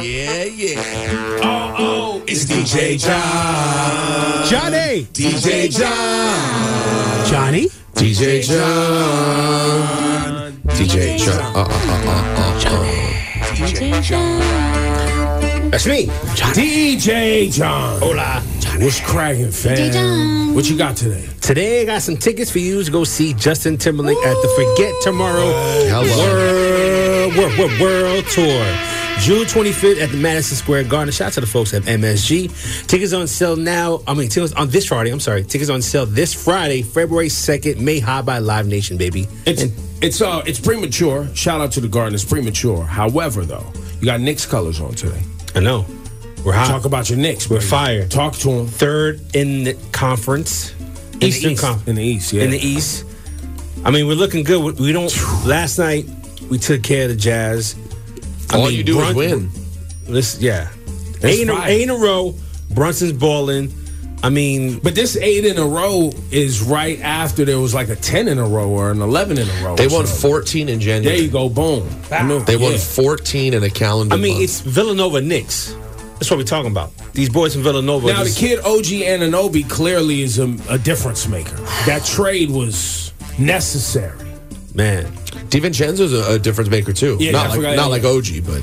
Yeah, yeah.
Oh, oh, it's DJ John.
Johnny.
DJ John.
Johnny.
DJ John. DJ John. Uh, uh, uh, uh, uh, uh.
That's me. DJ John. Hola. What's cracking, fam?
DJ John.
What you got today?
Today I got some tickets for you to go see Justin Timberlake at the Forget Tomorrow World, World, World, World Tour. June 25th at the Madison Square Garden. Shout out to the folks at MSG. Tickets on sale now. I mean, tickets on this Friday. I'm sorry. Tickets on sale this Friday, February 2nd. May High by Live Nation, baby.
It's it's uh it's premature. Shout out to the garden. It's premature. However, though, you got Knicks colors on today.
I know. We're hot.
Talk about your Knicks.
We're
baby.
fire.
Talk to them.
Third in the conference. Eastern Conference.
In the East. Yeah.
in the East. I mean, we're looking good. We- We don't. Last night we took care of the Jazz. I
All
mean,
you do
Brun-
is win.
Listen, yeah,
That's
eight in, a,
fire.
eight in a row. Brunson's balling. I mean,
But this eight in a row is right after there was like a ten in a row or an eleven in a row.
They
or
won
something.
14 in
There you
January.
go. Boom. I knew-
They won
yeah.
14 in a calendar.
I mean,
month.
it's Villanova Knicks. That's what we're talking about. These boys from Villanova.
Now the
just-
kid OG Ananobi clearly is a, a difference maker. That trade was necessary.
man,
DiVincenzo's a, a difference maker too.
Yeah, I
not like
forgot
not
him.
like OG, but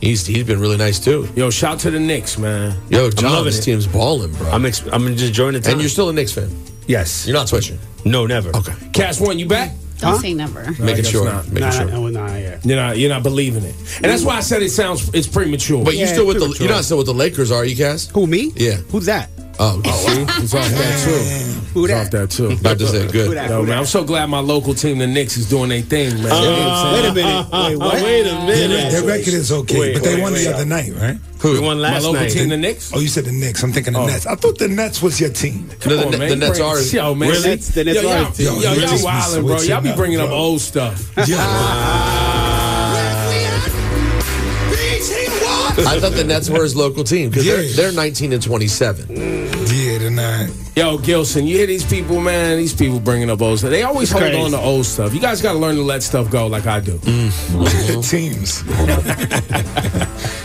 he's he's been really nice too.
Yo, shout to the Knicks, man.
Yo, John,
loving
this
it.
team's balling, bro.
I'm ex- I'm just enjoying the time.
and you're still a Knicks fan.
yes,
You're not switching.
no, never.
Okay,
Cash one, you back?
Don't say never.
making
guess
sure.
not.
Making sure.
You're not. You're not believing it, and that's why I said it sounds. It's premature.
But you still with the
premature.
you're not still with the Lakers, are you, Cass?
Who me?
Yeah.
Who's that?
Oh, oh
it's off that too.
Who
It's off that too.
about to say good.
Yo, man, I'm so glad my local team, the Knicks, is doing their thing, man. You know what
Uh, Wait a
I'm saying?
minute. Wait, what?
Wait a minute.
Their record is okay,
Wait,
but they
wait,
won
wait.
the other night, right?
We won
my
last
local
night.
team, the Knicks.
Oh, you said the Knicks. I'm thinking the Nets. I thought the Nets was your team.
No, the,
Come on,
Ne- the
man, you
Nets
bring-
are.
Yo, man.
Really?
that's-
The Nets
yo,
are
y'all-
team.
Yo, y'all,
Really?
wildin', bro. Y'all be
Switching
bringing up
up,
old stuff.
Yeah.
Yo,
I thought the Nets were his local team because
Yeah.
they're, they're 19 and 27.
Yeah, tonight. Yo, Gilson, you hear these people, man? These people bringing up old stuff. They always
It's
hold
crazy.
on to old stuff. You guys got to learn to let stuff go, like I do. Teams.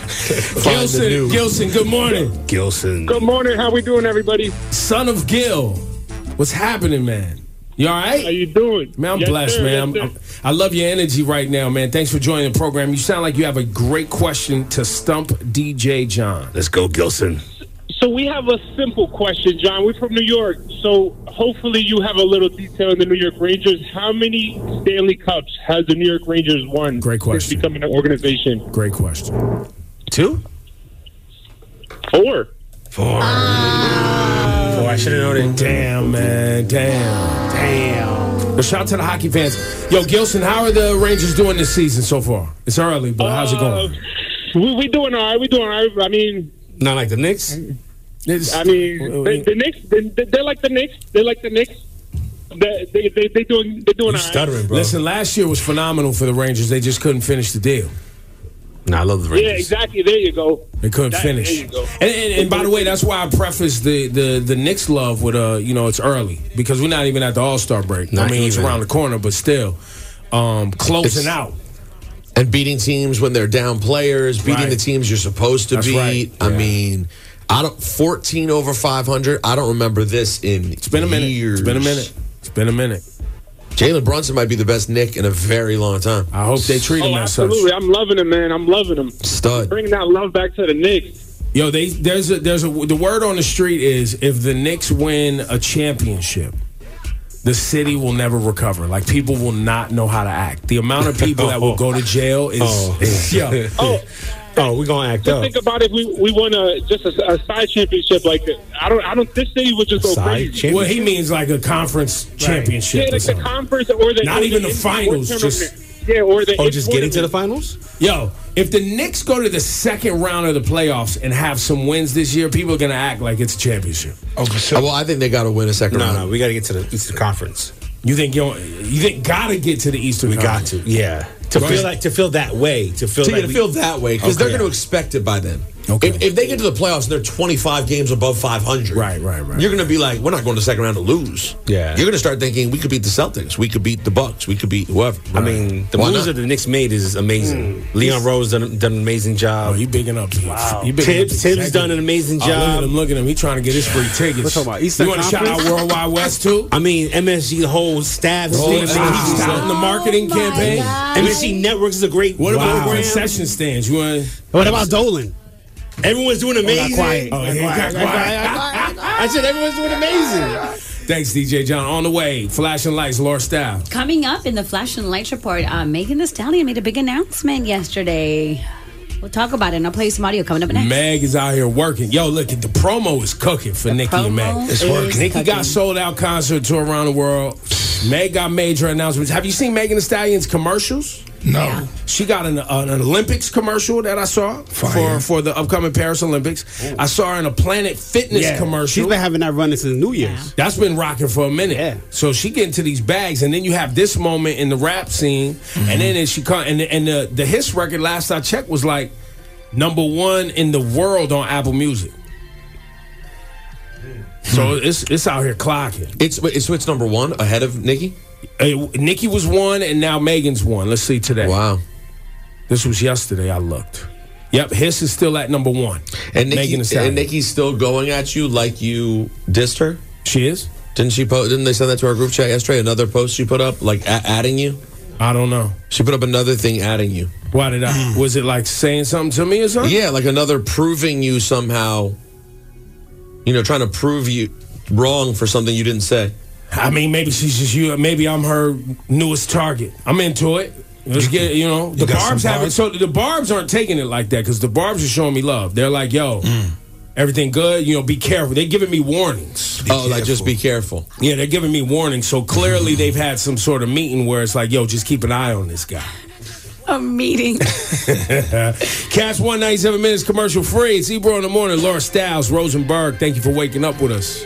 Gilson, Gilson, good morning. Gilson. Good morning. How we doing, everybody? Son of Gil, what's happening, man? You all right? How you doing? Man, I'm
Yes,
blessed,
sir.
man.
Yes,
I'm- I'm- i love your energy right now, man. Thanks for joining the program. You sound like you have a great question to stump DJ John. Let's go, Gilson.
So we have a simple question, John. We're from New York, so hopefully you have a little detail in the New York Rangers. How many Stanley Cups has the New York Rangers won? Great question. Since becoming an organization.
Great question.
Two?
Four.
Four. Oh, I should have known it. Damn, man. Damn. Damn. But shout out to the hockey fans. Yo, Gilson, how are the Rangers doing this season so far? It's early, but how's it going?
Uh, We, we doing all right. We doing all right. I mean,
Not like the Knicks?
I mean, the, the Knicks. They, they're like the Knicks. They're like the Knicks. They they they, they doing they doing all right.
Listen, last year was phenomenal for the Rangers. They just couldn't finish the deal.
Nah, I love the
Yeah, exactly. There you go.
They couldn't
That-
finish.
There you go.
And, and, and by the way, that's why I prefaced the the the Knicks love with uh you know it's early because we're not even at the All Star break. I
Not
mean it's
even.
around the corner, but still, um, closing
It's-
out.
And beating teams when they're down players, beating
Right.
the teams you're supposed to
That's
beat.
right.
I
Yeah.
mean, I don't 14 over 500. I don't remember this in It's been a minute. Years. It's been a minute.
It's been a minute.
Jalen Brunson might be the best Nick in a very long time.
I hope they treat
Oh, absolutely. I'm loving him, man. I'm loving him.
Stud.
Bring that love back to the Knicks.
Yo, they there's a there's a the word on the street is if the Knicks win a championship, the city will never recover. Like people will not know how to act. The amount of people that will go to jail is,
Oh.
is- yo.
Oh.
we're gonna act
Just think about if we, we won a just a, a side championship like this. I don't I don't this city would just go crazy.
Well, he means like a conference championship.
Yeah,
or
like the
something.
conference or the
Not
or
even
the
the finals,
tournament.
just- Oh,
yeah, or the
finals?
Yo, if the Knicks go to the second round of the playoffs and have some wins this year, people are gonna act like it's a championship.
Oh, well, I think they got to win a second round.
no, we got to get to the Eastern Conference.
You think you you think gotta get to the Eastern?
We got to, yeah. To
Right.
feel like to feel that way, to feel
to
like
get
we-
feel that way because they're
Okay.
going to expect it by then.
Okay.
If, if they get to the playoffs and they're 25 games above 500, right,
right, right,
you're going to be like, we're not going to the second round to lose.
Yeah.
You're going to start thinking we could beat the Celtics, we could beat the Bucks, we could beat whoever.
I mean, the
Why
moves
not?
that the Knicks made is
Mm.
amazing. Leon Rose done, done an amazing job.
Oh, he bigging up. Wow. He bigging up
Tibbs,
the
Tibbs done an amazing
Oh, look at
job.
him, look at him. He trying to get his free tickets.
We're talking about Eastern
you want to shout out
Conference?
Worldwide West too?
I mean, MSG, the whole staff,
Whole
Steve,
staff. He's out in the marketing campaign.
MSG Networks is a great
What about
program.
concession stands? You want?
What about Dolan? Everyone's doing amazing.
Oh, he
Got
got quiet.
quiet. I said everyone's doing amazing.
Thanks, DJ John. On the way, flashing lights, Laura Staff.
Coming up in the Flash and Lights report, uh, Megan Thee Stallion made a big announcement yesterday. We'll talk about it, and I'll play you some audio coming up next.
Meg is out here working. Yo, look at the promo is cooking for Nicki and Meg.
It's is working.
Nicki got sold out concert tour around the world. Meg got major announcements. Have you seen Megan Thee Stallion's commercials? No. She got an, an Olympics commercial that I saw for, for the upcoming Paris Olympics. I saw her in a Planet Fitness commercial.
She's been having that running since New Year's.
That's been rocking for a minute. So she get into these bags, and then you have this moment in the rap scene,
Mm-hmm.
and then as she come and and the the his record last I checked was like number one in the world on Apple Music. So it's it's out here clocking.
Hmm. It's wait, so it's number one ahead of Nikki.
Nikki was one, and now Megan's one. Let's see today. Wow, this was yesterday. I looked. Yep, Hiss is still at number one.
And Nikki,
Megan Thee Stallion.
and Nikki's still going at you like you dissed her.
She is.
Didn't she post? Didn't they send that to our group chat yesterday? Another post she put up, like a- adding you.
I don't know.
She put up another thing adding you.
Why did I? was it like saying something to me or something?
Yeah, like another proving you somehow. You know, trying to prove you wrong for something you didn't say.
I mean, maybe she's just you. Maybe I'm her newest target. I'm into it. Let's get you know the
got some
barbs haven't. So the barbs aren't taking it like that because the barbs are showing me love. They're like, yo,
Mm.
everything good. You know, be careful. They're giving me warnings.
oh, like just be careful. Mm.
Yeah, they're giving me warnings. So clearly they've had some sort of meeting where it's like, yo, just keep an eye on this guy.
A meeting.
Cash one ninety seven minutes commercial free. It's Ebro in the morning. Laura Styles, Rosenberg. Thank you for waking up with us.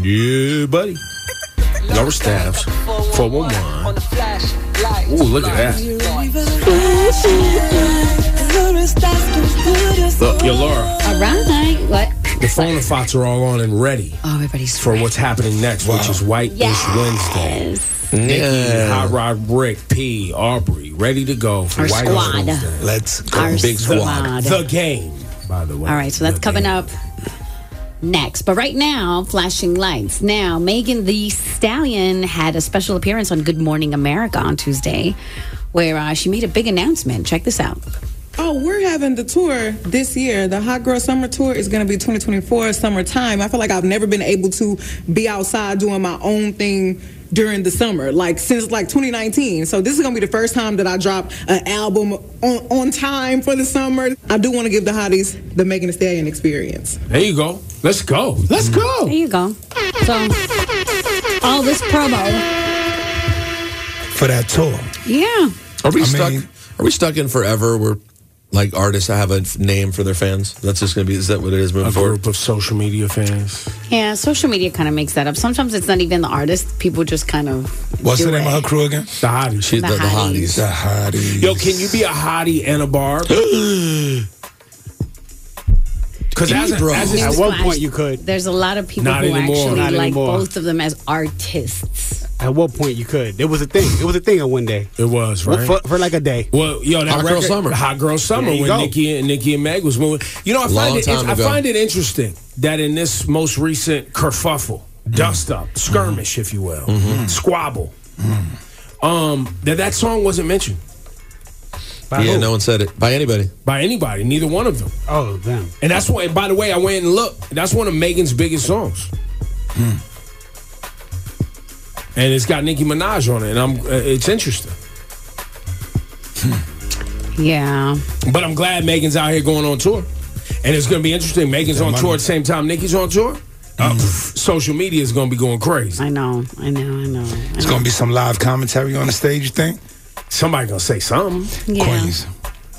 Yeah, buddy. Laura Stiles. 411.
on the flash light.
Ooh, look at that. Look, yo, Laura,
All right. What?
the phone and thoughts are all on and ready.
Oh, everybody's
for what's happening next, which is White Dish Wednesday. Nikki, Hot Rod Rick, P, Aubrey, ready to go for
Our
White Dish
squad.
Wednesday. Let's
go. Our
Big
squad.
squad. The game, by the way.
All right, so that's coming up next. But right now, flashing lights. Now, Megan the Stallion had a special appearance on Good Morning America on Tuesday, where uh, she made a big announcement. Check this out.
Oh, we're having the tour this year. The Hot Girl Summer Tour is going to be 2024 summertime. I feel like I've never been able to be outside doing my own thing during the summer, like since like 2019. So this is going to be the first time that I drop an album on, on time for the summer. I do want to give the hotties the Megan Thee Stallion experience.
There you go. Let's go. Let's go. There
you go. So, all this promo.
for that tour.
Yeah.
Are we stuck? are we stuck in forever? Where like artists have a f- name for their fans. That's just gonna be. Is that what it is moving
A
forward?
group of social media fans.
Yeah, social media kind of makes that up. Sometimes it's not even the artist, people just kind of.
What's
do
the name
it.
of her crew again?
The hotties.
The the- the hotties.
The hotties.
Yo, can you be a hottie and a barb? Because as, a- as a-
Newsflash, There's a lot of people
Not
who
anymore.
actually
Not
like
anymore.
both of them as artists.
At what point you could? It was a thing. It was a thing at one day.
It was right
for, for like a day.
Well, yo, that record, Hot Girl Summer,
There you
when
go.
Nikki and Nikki and Meg was moving. You know, I
Long
find it.
time
I
ago.
find it interesting that in this most recent kerfuffle, dust up, skirmish, if you will, squabble,
Mm.
um, that that song wasn't mentioned. By
yeah,
who?
no one said it by anybody.
By anybody, neither one of them.
Oh, damn.
And that's why. By the way, I went and looked. That's one of Megan's biggest songs. Hmm. And it's got Nicki Minaj on it, and I'm. Uh, it's interesting.
Yeah.
But I'm glad Megan's out here going on tour. And it's going to be interesting. Megan's
Yeah,
on
my-
tour at the same time Nikki's on tour. Uh, pff, social media is going to be going crazy.
I know. I know. I know.
It's gonna be some live commentary on the stage. You think?
Somebody gonna say something.
Yeah.
Queens.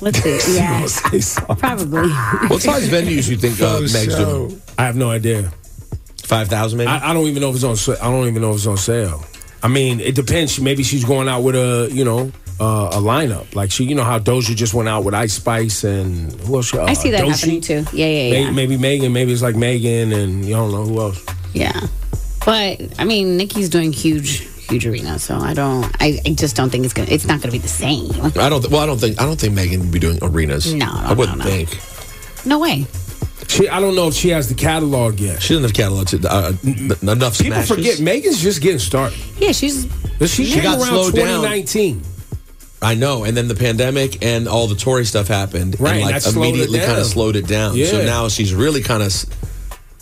Let's see. Yeah.
Say something.
Probably.
What size venues you think uh,
For
Meg's
sure.
doing?
I have no idea.
Five thousand, maybe.
I, I don't even know if it's on. sa- I don't even know if it's on sale. I mean, it depends. She- Maybe she's going out with a you know uh, a lineup like she. You know how Doja just went out with Ice Spice and who else? Uh,
I see that
Doechii?
happening too. Yeah, yeah,
May-
yeah.
Maybe Megan. Maybe it's like Megan and you don't know who else.
Yeah. But I mean, Nikki's doing huge, huge arena, so I don't. I, I just don't think it's gonna. It's not gonna be the same.
I don't. Th- well, I don't think. I don't think Megan would be doing arenas.
No,
I wouldn't think.
No way.
She. I don't know if she has the catalog yet.
She doesn't have catalog to, uh, n- enough.
People
smashes.
forget Megan's just getting started.
Yeah, she's.
She,
She
came
got
around
slowed down.
2019.
I know, and then the pandemic and all the Tory stuff happened,
Right,
and
and
like
that slowed it
immediately kind
down.
of slowed it down. So
Yeah.
now she's really kind of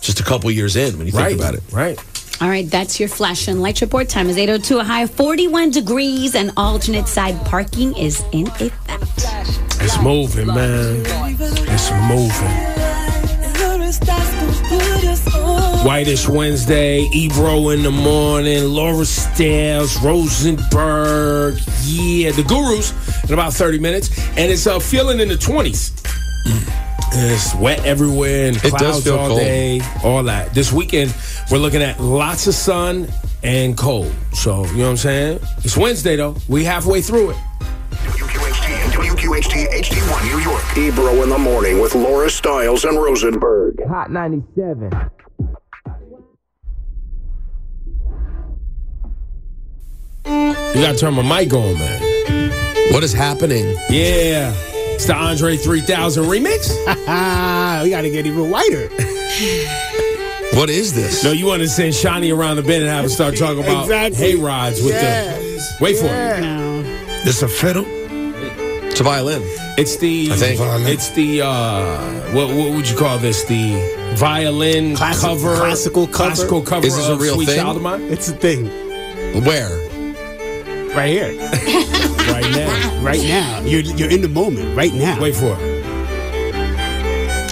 just a couple years in when you think
Right,
about it.
Right.
All right, that's your flash and light report. Time is 8:02. A high of 41 degrees, and alternate side parking is in effect.
It's moving, man. It's moving. Whitish Wednesday, Ebro in the morning, Laura Stiles, Rosenberg, yeah, the Gurus in about 30 minutes. And it's uh, feeling in the 20s. And It's wet everywhere and
It does
clouds
feel
all
cold.
day, all that. This weekend, we're looking at lots of sun and cold. So, you know what I'm saying? It's Wednesday, though. We halfway through it.
WQHD HD1 New York. Ebro in the morning with Laura Stiles and Rosenberg.
Hot 97. You gotta turn my mic on, man.
What is happening?
Yeah. It's the Andre 3000 remix. we gotta get even whiter.
What is this?
No, you want to send Shani around the bend and have her start talking about
Exactly.
hay rods with
Yes.
the. Wait for it.
This a fiddle?
It's a violin.
It's the.
I think.
It's the. uh What what would you call this? The violin cover.
classical cover.
Classical cover.
Is this a
of
real
Sweet
thing?
Child of Mine?
It's a thing.
Where?
Right here.
right now.
Right now. You're you're in the moment. Right now.
Wait for it.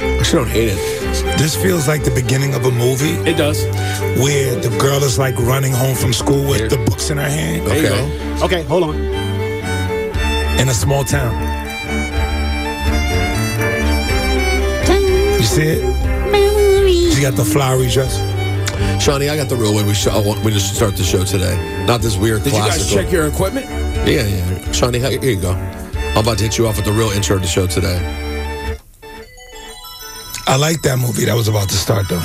I actually don't hate it.
This feels like the beginning of a movie.
It does.
Where the girl is like running home from school with the books in her hand.
There you Okay.
Okay, hold on.
In a small town. You see it? She got the flowery dress.
Shawnee, I got the real way we should, I want, we should start the show today. Not this weird
Did you guys
classical.
check your equipment?
yeah, yeah. Shawnee, here you go. I'm about to hit you off with the real intro to the show today.
I like that movie that was about to start though.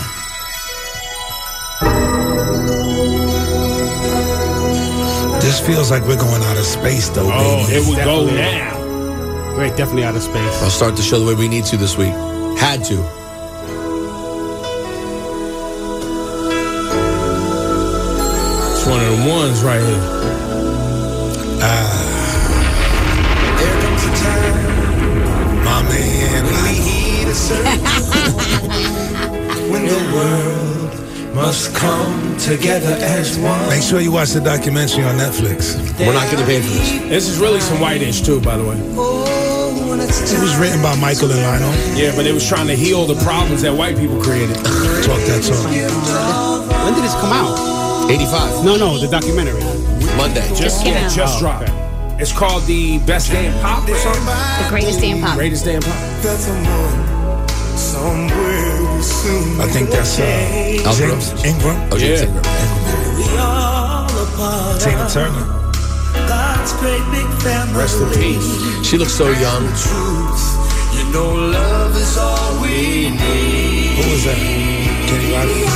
This feels like we're going out of space though.
Oh,
baby.
here we go
Definitely.
now.
We're definitely out of space.
I'll start the show the way we need to this week. Had to.
It's one of the ones right here. Ah.
There comes a time, my man, we need a when the world must come together as one. Make sure you watch the documentary on Netflix.
We're not going to pay for this.
This is really some whitish too, by the way.
It was written by Michael and Lionel.
Yeah, but it was trying to heal the problems that white people created.
Talk that talk.
When did this come out?
85.
No, no, the documentary.
Monday.
Just yeah, just
Oh,
dropped.
okay.
It's called the Best Day in Pop or something.
The greatest damn pop.
Greatest Day in Pop.
I think that's uh,
Al
James
Brooks.
Ingram,
Oh,
Yeah.
James Ingram.
Tina Turner.
Rest in peace. She looks so young.
Who was that? Kenny Rogers.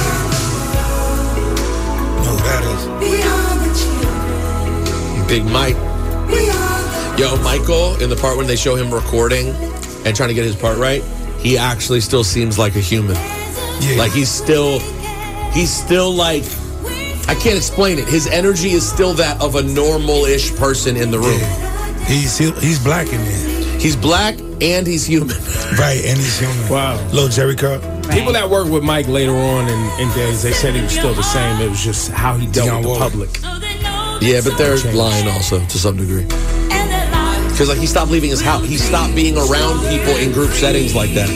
No, that is.
Big Mike. Yo, Michael, in the part when they show him recording and trying to get his part right, he actually still seems like a human.
Yeah.
Like he's still, he's still like, I can't explain it. His energy is still that of a normal-ish person in the room.
He's he, he's black in there,
He's black and he's human.
right? And he's human.
Wow.
Little Jerry Curl.
People that worked with Mike later on in, in days, they said he was still the same. It was just how he dealt
Dionne
with the
Warwick.
public.
Yeah, but they're lying also to some degree. Because like he stopped leaving his house, he stopped being around people in group settings like that,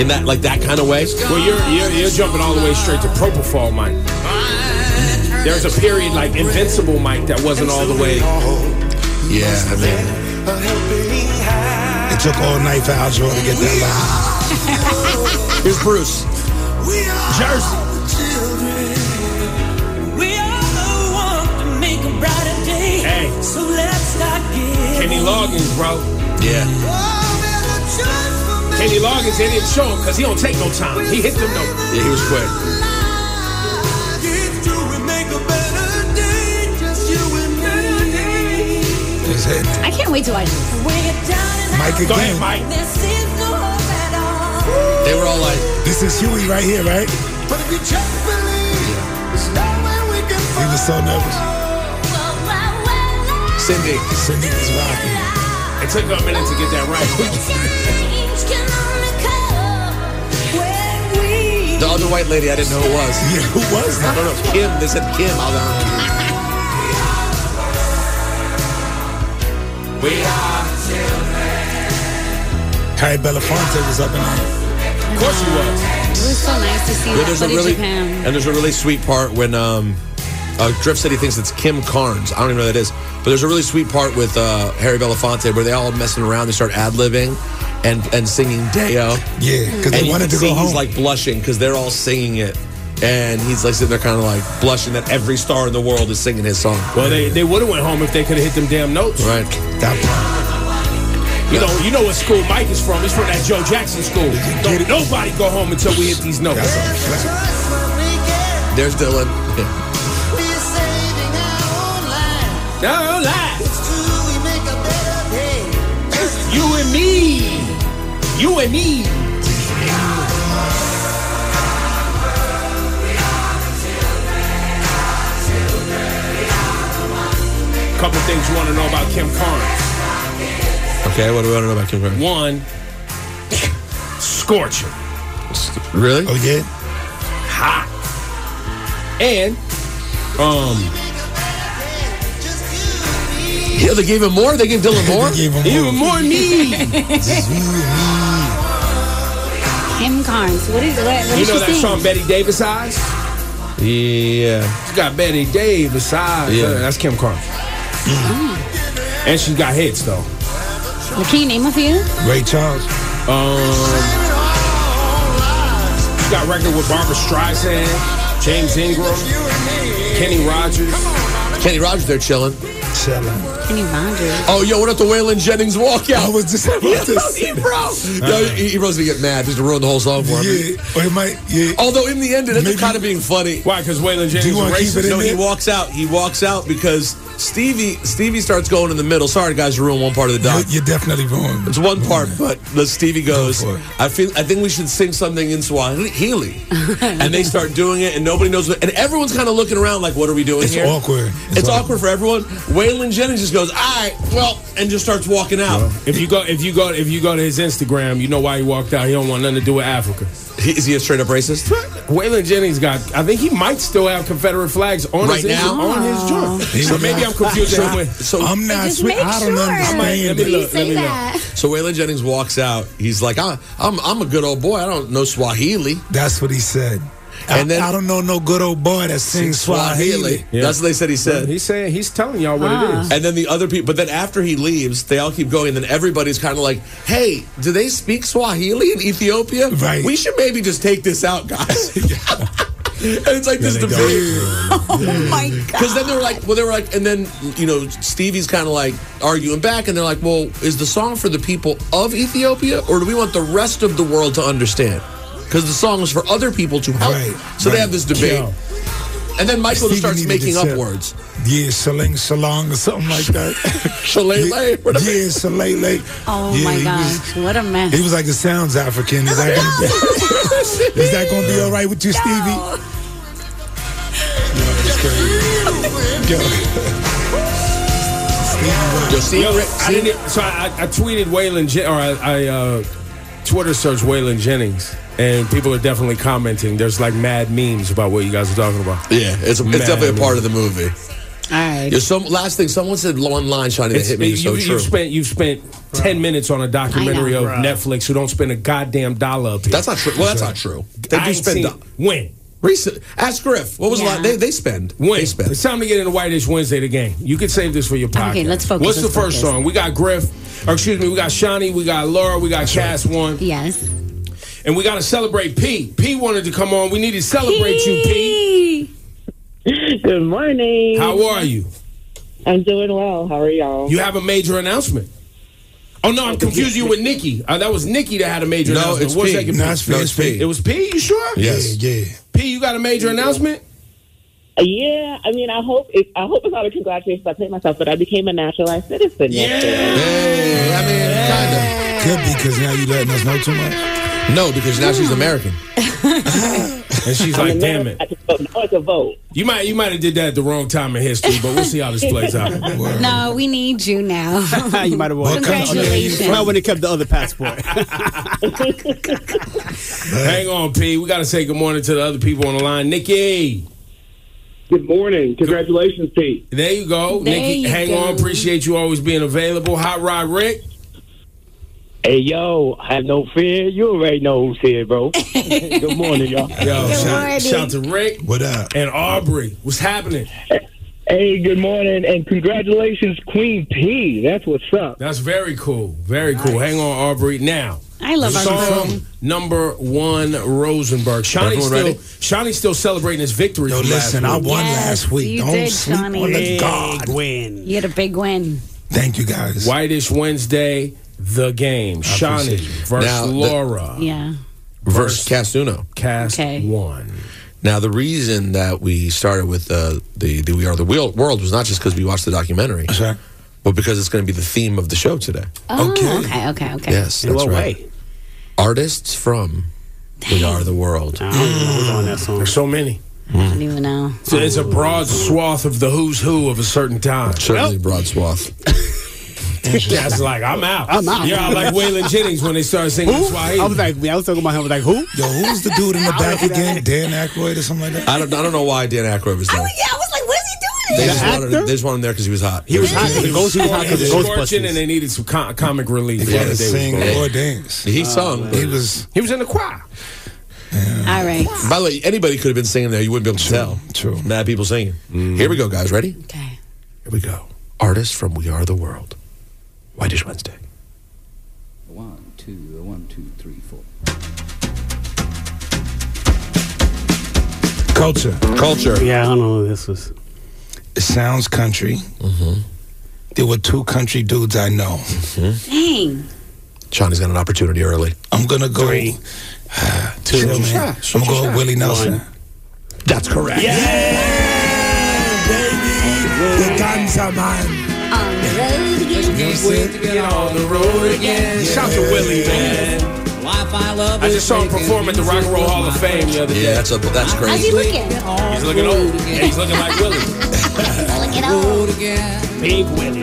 in that like that kind of way.
Well, you're, you're you're jumping all the way straight to Propofol Mike. There's a period like Invincible Mike that wasn't all the way.
Yeah, I mean,
It took all night for Aljo to get that line.
here's Bruce.
Jersey. Hey.
So let's not give
Kenny Loggins, bro.
Yeah.
Kenny Loggins, they didn't show him because he don't take no time. He hit them notes.
Yeah, he was quick.
Just hit
I can't wait to watch this.
Mike
Go ahead,
again.
Mike.
They were all like,
This is Huey right here, right? He was so nervous.
Cindy.
Cindy was rocking.
It took her a minute to get that right.
The other white lady, I didn't know who it was.
Yeah, who was
I don't
that?
know. Kim. They said Kim. I was
We are.
Harry Belafonte was up in there.
Of course he was.
It was so nice to see
Yeah,
that
there's a
footage
really
of him.
and there's a really sweet part when um, uh, Drift said he thinks it's Kim Carnes. I don't even know who that is, but there's a really sweet part with uh, Harry Belafonte where they all messing around. They start ad libbing and and singing Deo.
Yeah, 'cause they
And you
wanted
can
to go
see He's
home.
like blushing because they're all singing it. And he's like sitting there, kind of like blushing that every star in the world is singing his song.
Well, they, they would have went home if they could have hit them damn notes.
Right.
You know, you know what school Mike is from. It's from that Joe Jackson school. Don't nobody go home until we hit these notes.
There's Dylan.
No lie. You and me. You and me. Couple things you want to know about Kim Carnes.
Okay, what do we want to know about Kim Carnes?
One, scorching.
Really?
Oh yeah.
Hot. And um
Yeah, they gave him more. They gave Dylan more.
Even more me.
Kim Carnes. What is what? what
you
did
know
she
that
sing?
song Betty Davis eyes?
Yeah.
She got Betty Davis eyes.
Yeah.
Yeah. That's Kim Carnes. And she got hits though.
Mm. Well, can you name a few?
Ray Charles.
Um She got record with Barbara Streisand, James Ingram, Kenny Rogers.
Kenny Rogers, they're chilling.
Chilling.
Kenny Rogers.
Oh, yo, what up the Waylon Jennings walkout? I
was just about
yeah,
to
he broke. No, he, he was gonna get mad just to ruin the whole song for him.
Yeah, or it might. Yeah.
Although in the end, it ended up kind of being funny.
Why? Because Waylon Jennings
want
is
to
racist?
No, he
there?
walks out. He walks out because Stevie Stevie starts going in the middle. Sorry, guys, you ruined one part of the doc.
You're, you're definitely wrong.
It's one part, but the Stevie goes. I feel. I think we should sing something in Swahili, and they start doing it, and nobody knows. What, and everyone's kind of looking around, like, "What are we doing
It's
here?"
awkward.
It's, awkward. for everyone. Waylon Jennings just goes, "All right, well," and just starts walking out.
If you go, if you go, if you go to his Instagram, you know why he walked out. He don't want nothing to do with Africa.
is he a straight up racist?
Waylon Jennings got. I think he might still have Confederate flags on
Right
his
now?
on his joint. So maybe I'm confusing him with.
So
I'm not.
Just
sweet.
make
I don't
sure.
understand.
Let
it.
me look,
Say
let me look.
that.
So Waylon Jennings walks out. He's like, I'm, I'm, I'm a good old boy. I don't know Swahili.
That's what he said.
And
And
then-
then I don't know no good old boy that sings Swahili.
Yeah.
That's what they said he said.
He's saying he's telling y'all what
Ah.
it is.
And then the other people, but then after he leaves, they all keep going. And then everybody's kind of like, hey, do they speak Swahili in Ethiopia?
Right.
We should maybe just take this out, guys. and it's like this
they don't.
debate.
Oh my god.
Because then they were like, well, they were like, and then, you know, Stevie's kind of like arguing back. And they're like, well, is the song for the people of Ethiopia or do we want the rest of the world to understand? Because the song is for other people to help.
Right,
so they
right.
have this debate.
Yo.
And then Michael just
Stevie
starts
needed
making
to
up
sip.
words.
Yeah, Saling Salong or something like that.
Shalele,
Yeah,
whatever.
Yeah, Shalele.
Oh
yeah,
my
he was-
gosh. What a mess.
He was like, it sounds African. Is that gonna be, is that gonna be all right with you, Stevie? No, it's crazy. Yo. Stevie,
Yo, see,
Yo,
Rick,
I
see-
didn't, so I, I tweeted Waylon Jen, or I, I uh, Twitter searched Waylon Jennings, and people are definitely commenting. There's like mad memes about what you guys are talking about.
Yeah, it's, it's
Man.
definitely a part of the movie.
All right.
Yeah, some last thing someone said one line, Shiny, that
It's-
hit me. so
you,
true.
have spent you've spent ten minutes on a documentary of
Bruh.
Netflix who don't spend a goddamn dollar up here.
that's not true. Well, that's not true. They
I
do
ain't
spend.
seen-
do-
when.
Recent. Ask Griff. What was the
Yeah.
line? They they spend.
When?
They spend.
It's time to get into Whitish Wednesday. The game. You can save this for your podcast.
Okay, let's focus,
What's
let's
the first
focus.
song? We got Griff. Or excuse me, we got Shawnee, we got Laura, we got Cass One,
Yes.
and we got to celebrate P. P wanted to come on. We need to celebrate you, P.
Good morning.
How are you?
I'm doing well. How are y'all?
You have a major announcement. Oh no, I'm confusing you with Nikki. Uh, that was Nikki that had a major
No,
announcement.
it's
One
P.
second,
No, it's P.
No, it's P.
It was P. You sure?
Yes.
Yeah, yeah.
P, you got a major announcement?
yeah, I mean, I hope it, I hope it's not a congratulations I played myself, but I became a naturalized citizen. yesterday.
Hey, I mean,
Could be because now you letting us know too much.
kind of. No, because now she's American.
And she's like, damn it.
I can vote. Now I can vote.
You might you might have did that at the wrong time in history, but we'll see how this plays out.
No, we need you now.
you might have won.
Congratulations.
Might want to kept the other passport.
Hang on, P. We gotta say good morning to the other people on the line. Nikki.
Good morning. Congratulations, Pete.
There you go.
There
Nikki,
you
hang
go.
on. Appreciate you always being available. Hot Rod Rick.
Hey, yo, have no fear. You already know who's here, bro. Good morning, y'all.
Yo, shout, shout to Rick. What up? And Aubrey. What's happening?
Hey, good morning, and congratulations, Queen P. That's what's up.
That's very cool. Very cool. Hang on, Aubrey. Now.
I love
Song
Aubrey.
number one, Rosenberg. Shawnee's
Everyone
still,
ready?
Shawnee's still celebrating his victory.
Yo,
from
listen,
last
I
week.
won last week.
you
Don't
did,
sleep
Shawnee.
on the God.
win. You had a big win.
Thank you, guys. Whitish Wednesday, the game. Shawnee versus
Now, the-
Laura
Yeah.
versus Casuno.
Cast one.
Now, the reason that we started with uh, the the We Are the Wheel- World was not just because we watched the documentary, but because it's going to be the theme of the show today.
Oh, okay. Okay. Okay.
Yes, that's right. Artists from We Are the World.
There's so many.
I don't even know.
So it's a broad swath of the who's who of a certain time.
Certainly broad swath.
That's like I'm out.
I'm out.
Yeah, I like Waylon Jennings when they started singing
Who?
Swahili.
I was like, I was talking about him. I was like, who?
Yo, who's the dude in the back again? Dan Aykroyd or something like that?
I don't, I don't know why Dan Aykroyd was there.
Yeah, I was like, what is he
They
doing?
just, wanted, they just wanted him there because he was hot.
He was hot.
good.
He was scorching,
He was scorching
and they needed some com- comic relief.
They
Yeah,
gotta
they was
sing
going.
or dance. He sung. He
was.
He was in the choir.
All right.
By the way, anybody could have been singing there. You wouldn't be able to tell. True. Mad people singing. Here we go, guys. Ready? Okay. Here we go. Artists from We Are the World. White Dish Wednesday.
One, two, one, two, three, four.
Culture.
Culture.
Yeah, I don't know this was. It sounds country.
Mm-hmm.
There were two country dudes I know.
Dang.
Johnny's Mm-hmm. got an opportunity early.
I'm gonna go.
Two.
Chill,
Shoot your
man.
shot. Shoot
I'm gonna
your shot.
go with Willie Nelson.
That's correct.
Baby, the guns are mine.
on the road again. Shout to Willie, man.
Wi-Fi love
I just saw him perform at the Rock and Roll Hall of Fame the other day.
Yeah, that's a, that's
How's
crazy.
he looking?
He's looking old. Yeah, he's looking like Willie.
Looking old again.
Big Willie.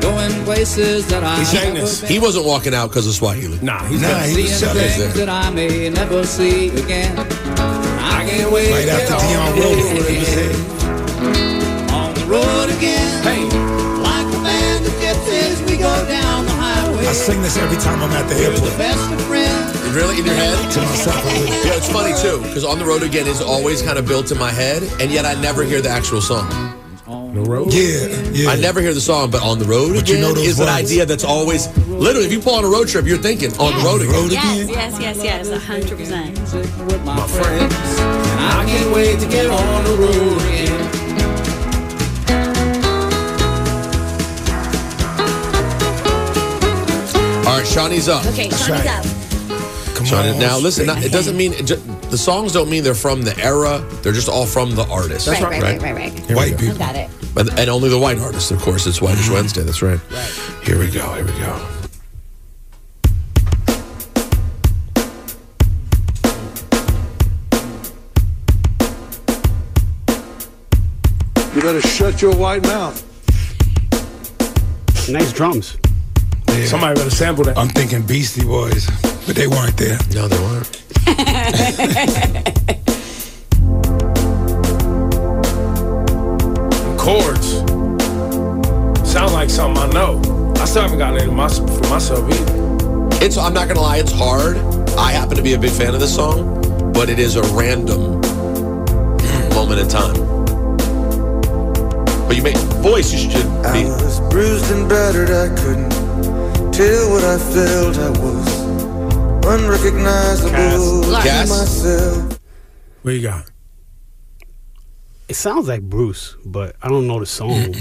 Going places that I
He sang this. He wasn't walking out because of Swahili.
Nah,
Nah, he was things that I may never see again. I can't wait
Right
to
after
get
Dionne
on
Warwick
the
was
road. On the road again. Hey. Like a man that gets his, we go down the highway.
I sing this every time I'm at the
The
airport.
best of friends.
Really in your head? To myself. yeah, it's funny too, because on the road again is always kind of built in my head, and yet I never hear the actual song.
The road?
Yeah, yeah.
I never hear the song, but on the road
But you
again
know those
is an
words.
idea that's always literally. If you pull on a road trip, you're thinking on the road again.
Yes, yes, yes, yes, a hundred percent.
my friends. And I can't wait to get on the road again.
All right, Shawnee's up.
Okay, Shawnee's up.
Shawnee, now listen, not, it doesn't mean it ju- the songs don't mean they're from the era. They're just all from the artist.
Right, right, right, right, right.
Here we go.
I got it.
But, and only the white artists, of course. It's Whitish
Mm-hmm.
Wednesday. That's right. Here we go. Here we go.
You better shut your white mouth.
Nice drums.
Somebody better sample that.
I'm thinking Beastie Boys, but they weren't there.
No, they weren't.
Chords. Sound like something I know. I still haven't gotten it my, for myself either.
It's. I'm not gonna lie. It's hard. I happen to be a big fan of this song, but it is a random moment in time. But you may voice. You should be.
Uh,
was bruised and battered, I couldn't tell what I felt. I was unrecognizable
Cass.
to
Cass?
myself.
What you got?
It sounds like Bruce, but I don't know the song.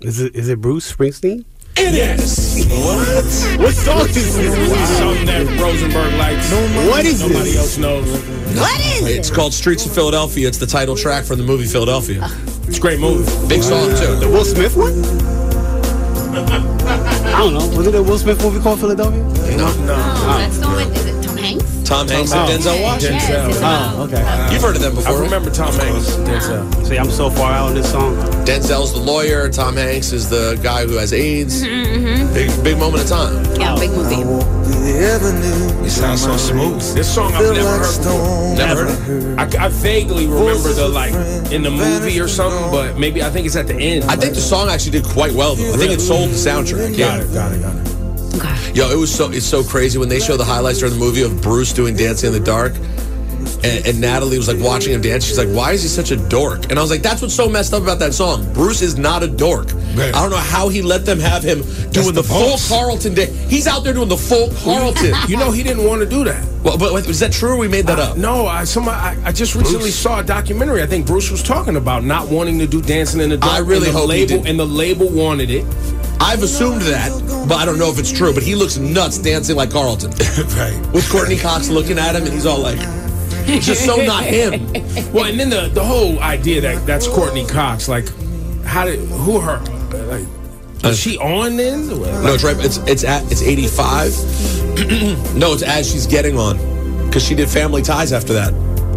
is it is it Bruce Springsteen?
It is. What? What song is this? Something that Rosenberg likes.
What is
Nobody
this?
else knows.
What is it?
It's called Streets of Philadelphia. It's the title track from the movie Philadelphia.
It's a great movie.
Big song too.
The Will Smith one? I don't know. Was it a Will Smith movie called Philadelphia?
Oh, that's the one. Is it Tom Hanks?
Tom Hanks and Denzel Washington.
Yes, it's about-
Oh, okay.
You've heard of them
I
before. right?
remember Tom Hanks. Denzel.
See, I'm so far out on this song.
Denzel's the lawyer. Tom Hanks is the guy who has AIDS. Big, big moment in time.
Mm-hmm, Yeah, big movie.
The avenue
It sounds so smooth.
This song I've
felt
never
like
heard before.
stone.
Never heard it.
I, I vaguely remember the like in the movie or something, but maybe I think it's at the end.
I think the song actually did quite well though. I think it sold the soundtrack. Yeah.
got it, got it, got it.
Yo, it was so it's so crazy when they show the highlights during the movie of Bruce doing Dancing in the Dark. And, and Natalie was like watching him dance. She's like, "Why is he such a dork?" And I was like, "That's what's so messed up about that song. Bruce is not a dork. I don't know how he let them have him doing the, full Carlton. Da- He's out there doing the full Carlton.
You know he didn't want to do that.
Well, but is that true? Or we made that up.
No, I somebody I, I just recently
Bruce.
saw a documentary. I think Bruce was talking about not wanting to do Dancing in the Dark.
I really
and the
hope he
label
did.
and the label wanted it.
I've assumed that, but I don't know if it's true. But he looks nuts dancing like Carlton. right. With Courtney Cox looking at him, and he's all like, it's just so not him.
well, and then the the whole idea that that's Courtney Cox. Like, how did who her like?
Uh,
Is she on then?
No, it's right. It's it's at it's eighty five. no, it's as she's getting on, because she did Family Ties after that.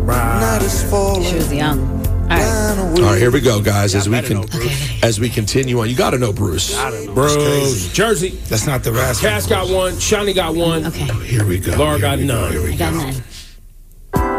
Night is falling. She was
young. All right.
All right, here we go, guys. As we
better
can, as we continue on, you got to know Bruce.
Bruce, Jersey.
That's not the rascal.
Cass got one. Shawnee got one.
Okay.
Oh,
Here
we go.
Laura got none.
I got none.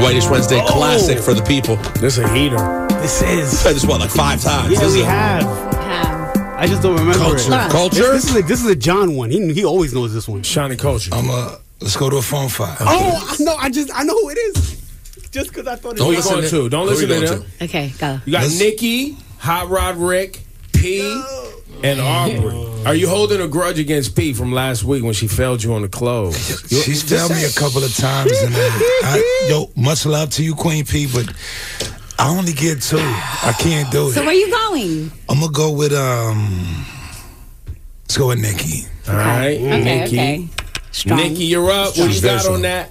Whitish Wednesday classic for the people.
This a heater.
This is.
I just won like five times.
Yeah,
This
we
is-
have.
Um,
I just don't remember.
Culture.
it.
Culture?
This, this is a, this is a John one. He he always knows this one.
Shiny culture.
I'm a. Let's go to a phone file.
Oh I know. I just I know who it is. Just because I thought it
Don't
was
listen to-
John.
don't listen to them.
Okay, go.
You got Nikki, Hot Rod Rick, P, and Aubrey. Are you holding a grudge against P from last week when she failed you on the clothes?
She's failed me a couple of times, and uh, I, yo, much love to you, Queen P, but I only get two. I can't do it.
So where you going?
I'm gonna go with um. Let's go with Nikki.
All right,
Okay,
Nikki.
okay.
Strong.
Nikki, you're up. What
She's
you got
very
on that?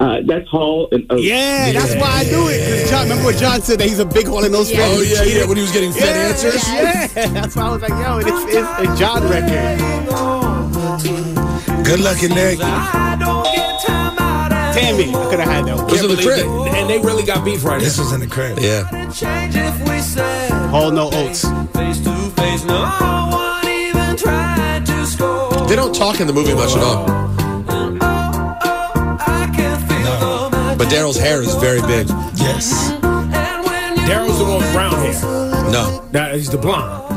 Uh, that's Hall and Oates.
Yeah, that's why I knew it. 'cause John, remember what John said that he's a big hole in those
Yeah.
fans.
Oh, yeah, yeah, when he was getting fed
yeah,
answers.
Yeah, that's why I was like, yo, it's, it's a John record.
Good luck in there.
Damn it, I could have had that. one.
Can't believe it. And they really got beef right
This was in the crib.
Yeah.
Change if we said
Hall no oats.
face to face. No one even tried to score.
They don't talk in the movie much at all. But Daryl's hair is very big.
Yes.
Daryl's the one with brown hair.
No. Mm-hmm.
That is the blonde.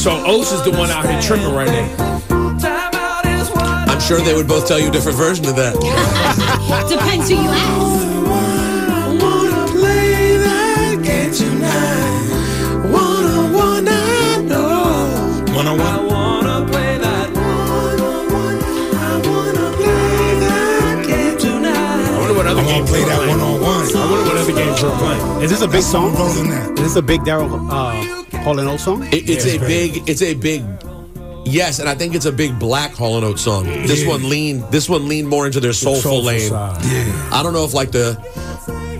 So Oates is the one out here tripping right now.
I'm sure they would both tell you a different version of that.
Depends who you ask.
One on one.
I wonder what other games play that one on one. I wonder what other games are playing.
Is this a big song? Is this a big Daryl uh, Hall and Oates song?
It, it's a big. It's a big. Yes, and I think it's a big black Hall and Oates song. This
Yeah.
one lean. This one leaned more into their soulful,
soulful
lane.
side.
Yeah.
I don't know if like the,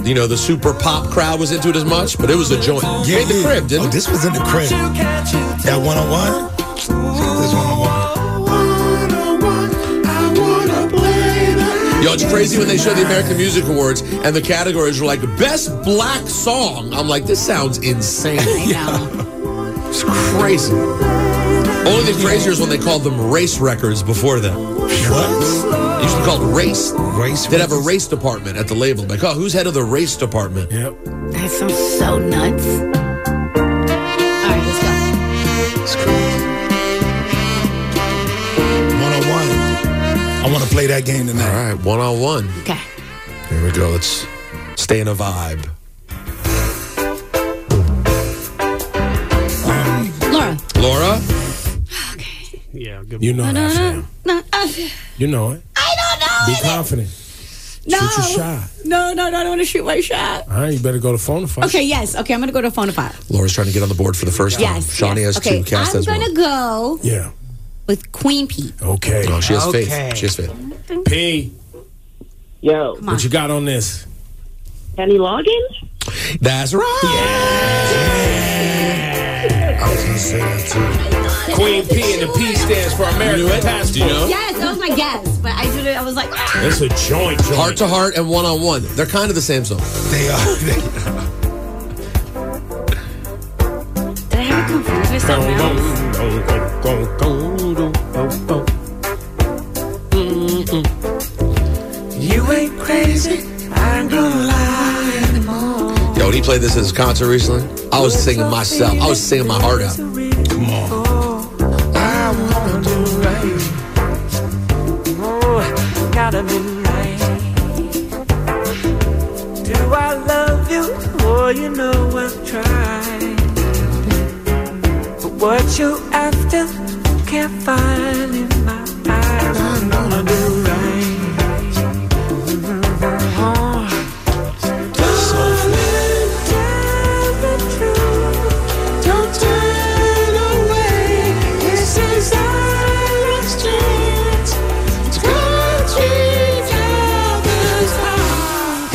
you know, the super pop crowd was into it as much, but it was a joint.
Yeah,
Made the
yeah.
crib, didn't
Oh,
it?
this was in the crib. That one on one. This one on one.
Yo, it's crazy when they show the American Music Awards and the categories were like best black song. I'm like, this sounds insane.
I know.
It's crazy. Only thing crazier is when they called them race records before then. What? They used to be called race. Race. They'd have a race department at the label. Like, oh, who's head of the race department?
Yep.
That sounds so nuts. All right, let's go.
One on one. I want to play that game tonight.
All right, one on one.
Okay.
Here we go. Let's stay in a vibe.
Laura.
Laura?
Yeah,
You know that, fam.
No, uh,
You know it.
I
Be confident.
don't know.
Shoot your
No.
shot.
No, no, no, I don't want to shoot my shot.
All right, you better go to phone fight.
Okay, yes. Okay, I'm gonna go to phone a five.
Laura's trying to get on the board for the first time.
Yes.
Shawnee
yes.
has
okay,
two. Cass
I'm
has one.
gonna go
Yeah.
with Queen Pete.
Okay.
Oh, she has
Okay.
faith. She has faith.
P.
Yo.
What you got on this?
Kenny Loggins?
That's right.
I was gonna say that too. Queen P and the P stands for American Passport.
Yes, that was my guess, but I did it. I was like, ah.
It's a joint, joint.
Heart to heart and one on one. They're kind of the same song.
They are.
did I have it confused with something else?
Mm-hmm. You ain't crazy. I ain't gonna lie anymore.
Yo, when he played this at his concert recently, I was singing myself. I was singing my heart out. Come on.
Oh, I wanna do right. Oh, gotta be right. Do I love you? Oh, you know I'm trying. But what you after can't find in my eyes. I'm gonna do right. Oh. Darling, tell the truth. Don't turn away. This is our last chance to go treat others heart.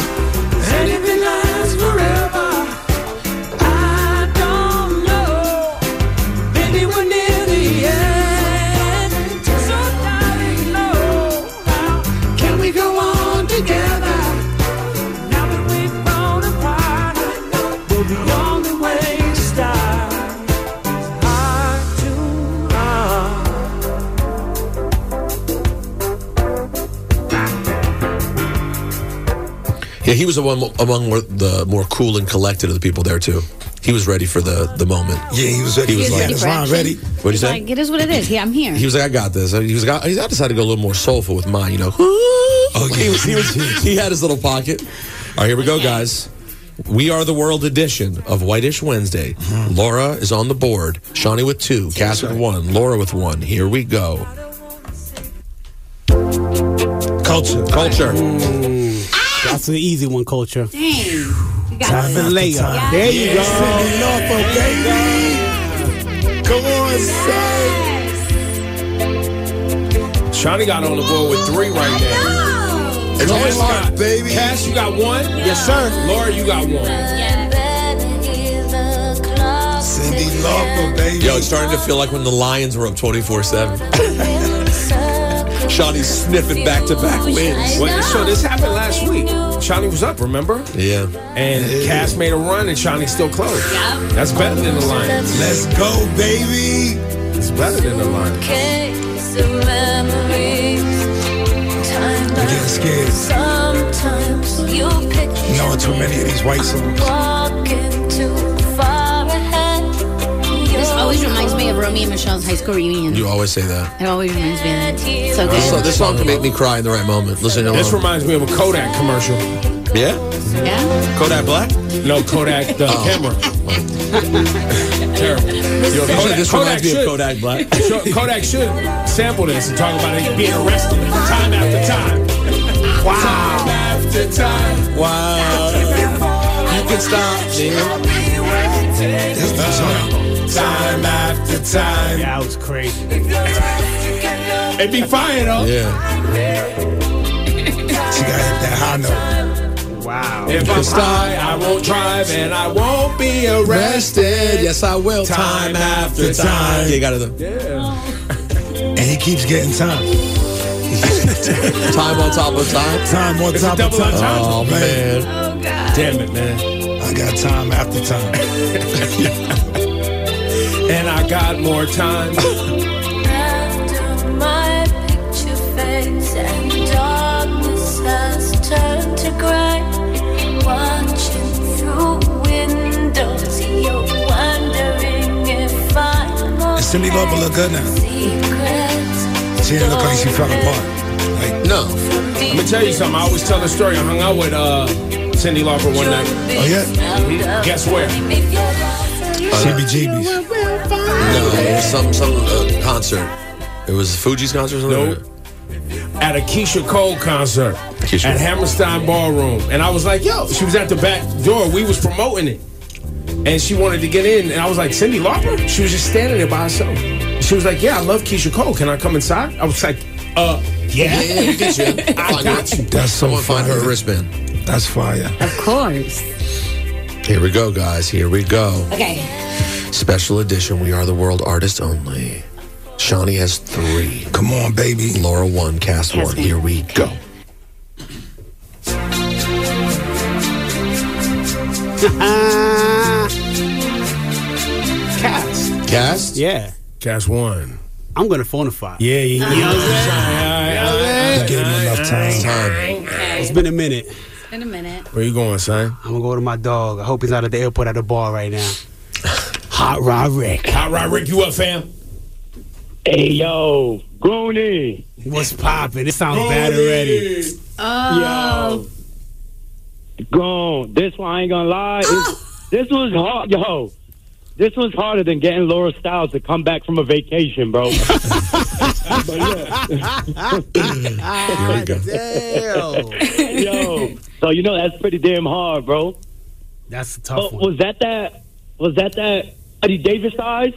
And if it lasts forever, I don't know. Maybe we're near the end. So, darling, no. Can we go on together? Now that we've grown apart, well, the only way to start is heart to heart.
Yeah, he was the one among more, the more cool and collected of the people there too. He was ready for the the moment.
Yeah, he was ready.
He was
He was
like,
ready for Ron, action. ready?
What'd you
It's
say?
like, it is what it is. Yeah, I'm here.
He was like, I got this. He was got, he decided to go a little more soulful with mine, you know.
Oh,
he, was, he, was, he had his little pocket. All right, here we go, guys. We are the world edition of Whitish Wednesday.
Mm-hmm.
Laura is on the board. Shawnee with two, Cass with one, Laura with one. Here we go. Culture. Culture.
That's an easy one, culture.
Dang. You got
Time
it.
and layer.
Yeah.
There you
Yeah.
go.
Come on, say. Shawnee got on the board with three right now.
It's always
Cass
hard,
got-
baby.
Cass, you got one? Yes, sir. Laura, you got one.
Cindy Lauper, baby.
Yo, it's starting to feel like when the Lions were up 24 7. Shawnee's sniffing back to back wins.
Wait, so this happened last week. Shawnee was up, remember?
Yeah.
And Cass made a run and Shawnee still close.
Yep.
That's better than the Lions.
Let's go, baby.
It's better than the Lions.
I'm getting scared.
Sometimes you picture
Knowing too many of these white songs.
walking too far ahead.
This always reminds me of Romeo and Michelle's high school reunion.
You always say that.
It always reminds me of that. So
This,
good.
this song can make me cry in the right moment. Listen to
This
it.
reminds me of a Kodak commercial.
Yeah?
Yeah.
Kodak Black?
No, Kodak the camera. Terrible. Yo,
Actually, this reminds me of
should-
Kodak Black.
Sure, Kodak should sample this and talk about it being arrested time after time. Wow. Time after time.
Wow. You can stop me.
Time after time.
Yeah, that was crazy.
It'd be fire though.
Yeah.
She got hit that high note.
Wow.
If I'm high, I won't drive and I won't be
Rested.
arrested.
Yes, I will.
Time after time.
Yeah, you got it.
And he keeps getting time.
Time on top of time.
Time on
It's a
top of
double
time.
entendre.
Oh, man.
Damn it, man.
I got time after time.
and I got more time.
After my picture fades and darkness has turned to grey, watching through windows, you're wondering if I'm
Does Cindy Lauper look good now? She didn't look like she fell apart.
No. I'm gonna tell you something. I always tell the story. I hung out with uh, Cindy Lauper one night.
Oh, yeah?
Mhm. Guess where?
Uh,
CBGB's.
No, some some uh, concert. It was Fuji's concert or something? Nope.
At a Keisha Cole concert
Keisha.
at Hammerstein Ballroom, and I was like, "Yo!" She was at the back door. We was promoting it, and she wanted to get in, and I was like, "Cindy Lauper?" She was just standing there by herself. She was like, "Yeah, I love Keisha Cole. Can I come inside?" I was like, "Uh, yeah,
Yeah, you can, Jim.
I got you."
That's so
Someone find her a
fire.
wristband.
That's fire.
Of course.
Here we go, guys. Here we go.
Okay.
Special edition. We are the world artist only. Shawnee has three.
Come on, baby.
Laura one, cast,
Cast one.
one. Here we go.
Cast.
Cast?
Yeah.
Cast one.
I'm gonna phonify.
Yeah, yeah.
You know what I'm saying? You know what I'm saying?
Give him enough time.
It's been a minute.
In a minute.
Where you going, son?
I'm gonna go to my dog. I hope he's not at the airport at the bar right now. Hot Rod Rick.
Hot Rod Rick, you up, fam?
Hey yo, Goonie. What's poppin'? It sounds bad already.
Oh.
Gone. This one, I ain't gonna lie.
Ah!
It's, this one's hard, yo. This one's harder than getting Laura Styles to come back from a vacation, bro.
Here we go.
yo, so you know that's pretty damn hard, bro.
That's a
Oh,
tough one.
was that that? Was that that? Eddie Davis size?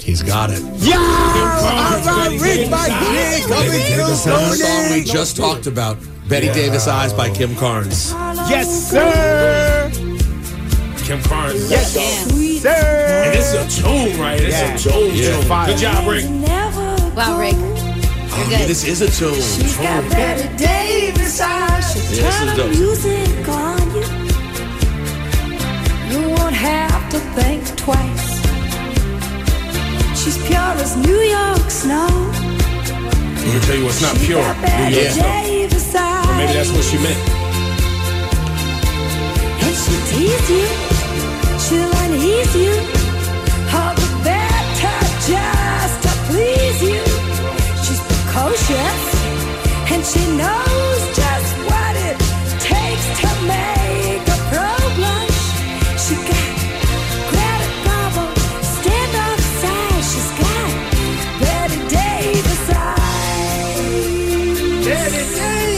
He's got it.
Yeah!
All right, Rick, my
Betty
dick coming through,
Davis, the song we
Sony.
just talked about. Betty Davis Eyes by Kim Carnes.
Yes, sir.
Kim Carnes.
Yes,
sir. And this is a tune, right? This
Yeah.
is a tune.
Yeah.
tune.
Fire.
Good job, Rick.
Wow, Rick.
Oh, yeah, this is a tune.
Got Betty Davis eyes. She'll
Yeah, this
turn
is
the
dope.
music on you. You won't have to think twice. She's pure as New York snow.
Let me tell you what's not pure.
Got Betty
New York stuff.
Davis eyes.
Or maybe that's what she meant.
And she'll tease you. She'll unease you. All the better just to please you. She's precocious. And she knows just what it takes to make a pro blush. She got Greta Garbo stand outside. She's got Betty Davis eyes. Betty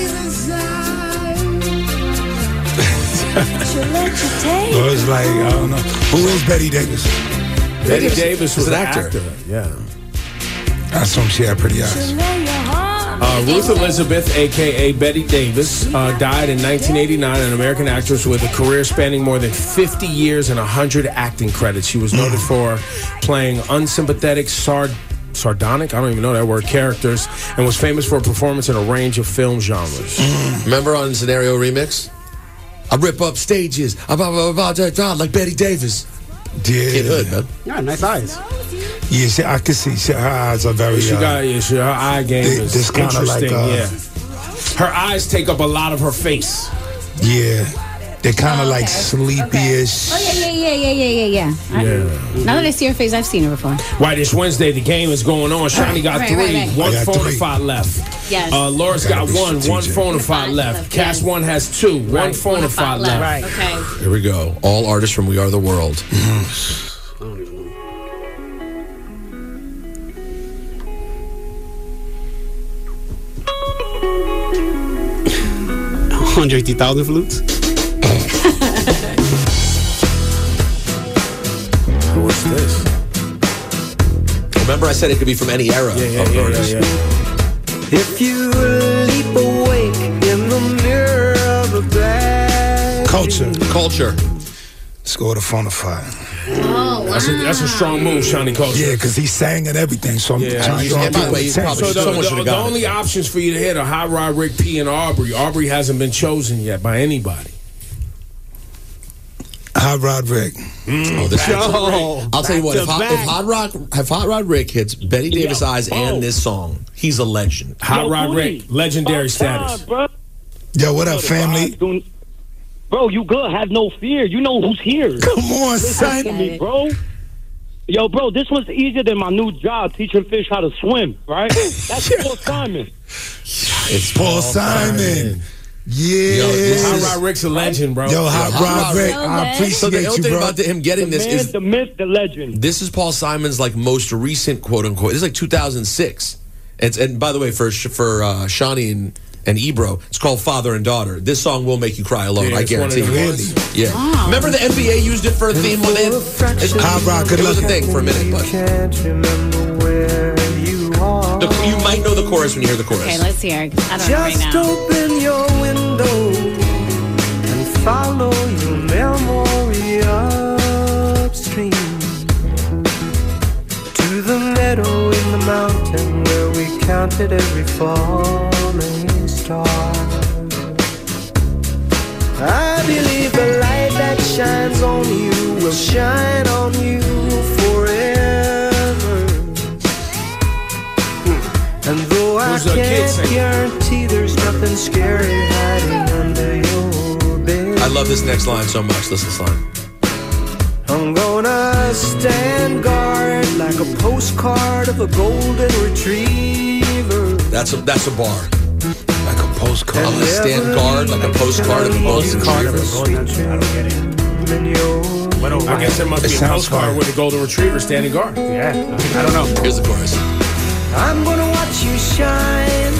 Davis eyes.
It was like, I don't know. Who is Betty Davis?
Betty Davis was
an
an
actor.
actor. Yeah.
I assume she had pretty eyes.
Uh, Ruth Elizabeth, aka Betty Davis, uh, died in 1989, an American actress with a career spanning more than 50 years and 100 acting credits. She was noted for playing unsympathetic, sard- sardonic, I don't even know that word, characters, and was famous for a performance in a range of film genres.
Remember on Scenario Remix? I rip up stages. I blah, blah, blah, blah, blah, like Betty Davis.
Yeah.
Kid Hood, man.
Yeah, nice eyes.
Yeah, she, I could see she, her eyes are very.
She
uh,
got yeah, she, her eye game
Th-
is
this kinda like,
interesting.
uh,
yeah, her eyes take up a lot of her face.
yeah. They're kind of like sleepy-ish.
Oh yeah, yeah, yeah, yeah, yeah, yeah, yeah.
Yeah.
Now that I see her face, I've seen her before.
Right, this Wednesday the game is going on. Shawnee got
Right,
three,
right, right.
one
I got
phone
three.
five left.
Yes.
Uh, Laura's
I gotta
got
be
one, one
strategic.
phone five left. Cass one has two, one phone five left.
Okay.
Here we go. All artists from We Are the World.
Hundred eighty thousand flutes.
What's this?
Remember, I said it could be from any era
Yeah, yeah,
of
yeah,
artists.
yeah, yeah.
If you leap awake in the mirror of a glass.
Culture.
Culture.
Let's go to Funify.
Oh,
That's a, that's a strong move, Shawnee Culture.
Yeah, because he sang and everything, so I'm
Yeah.
trying to
Yeah, by the way, he's
understand.
probably-
So the,
Someone
the-
should've
the
got it.
only options for you to hit are Hot Rod, Rick P, and Aubrey. Aubrey hasn't been chosen yet by anybody.
Hot Hot Rod Rick.
Mm.
Oh, this
Back to
I'll
Rick.
tell you
Back
what. If
to
Hot, if
back.
Hot Rod, if Hot Rod Rick hits Betty
Yeah.
Davis eyes
Oh.
and this song, he's a legend.
Hot Rod Rick, legendary status.
Yo, what up, family?
Bro, you good? Have no fear. You know who's here.
Come on,
son, me, bro. Yo, bro, this was easier than my new job teaching fish how to swim. Right? That's Paul Simon.
It's
Paul Simon. Yeah.
Yo, this
Hot
is-
Rod Rick's a legend, bro.
Yo, Hot Rod Rick, I
So the
appreciate
only
you,
thing
bro.
about the- him getting
The
this
man,
is
the myth, the legend.
This is Paul Simon's like most recent quote unquote. This is like 2006. It's and by the way, for Sh- for uh, Shawnee and and Ebro, it's called Father and Daughter. This song will make you cry alone.
Yeah,
I
it's one of
guarantee.
the
you.
ones.
Yeah. Remember the NBA used it for a theme when they it's
Hot Rod, good
It was a
luck.
thing for a minute, but the, you might know the chorus when you hear the chorus.
Okay, let's hear. it. I don't know right
Just
now.
open your window and follow your memory upstream to the meadow in the mountain where we counted every falling star. I believe the light that shines on you will shine on you forever. And though
Who's
I
that kid
can't
singing?
guarantee there's nothing scary hiding under your bed,
I love this next line so much. Listen to this line.
I'm gonna stand guard like a postcard of a golden retriever.
That's a that's a bar. Like a postcard. I'm gonna
And
stand
every
guard like a postcard of a postcard of a
I guess there must
It
be a
sounds
postcard
hard.
with a golden retriever standing guard. Yeah, I
don't know. Here's the chorus.
I'm gonna watch you shine,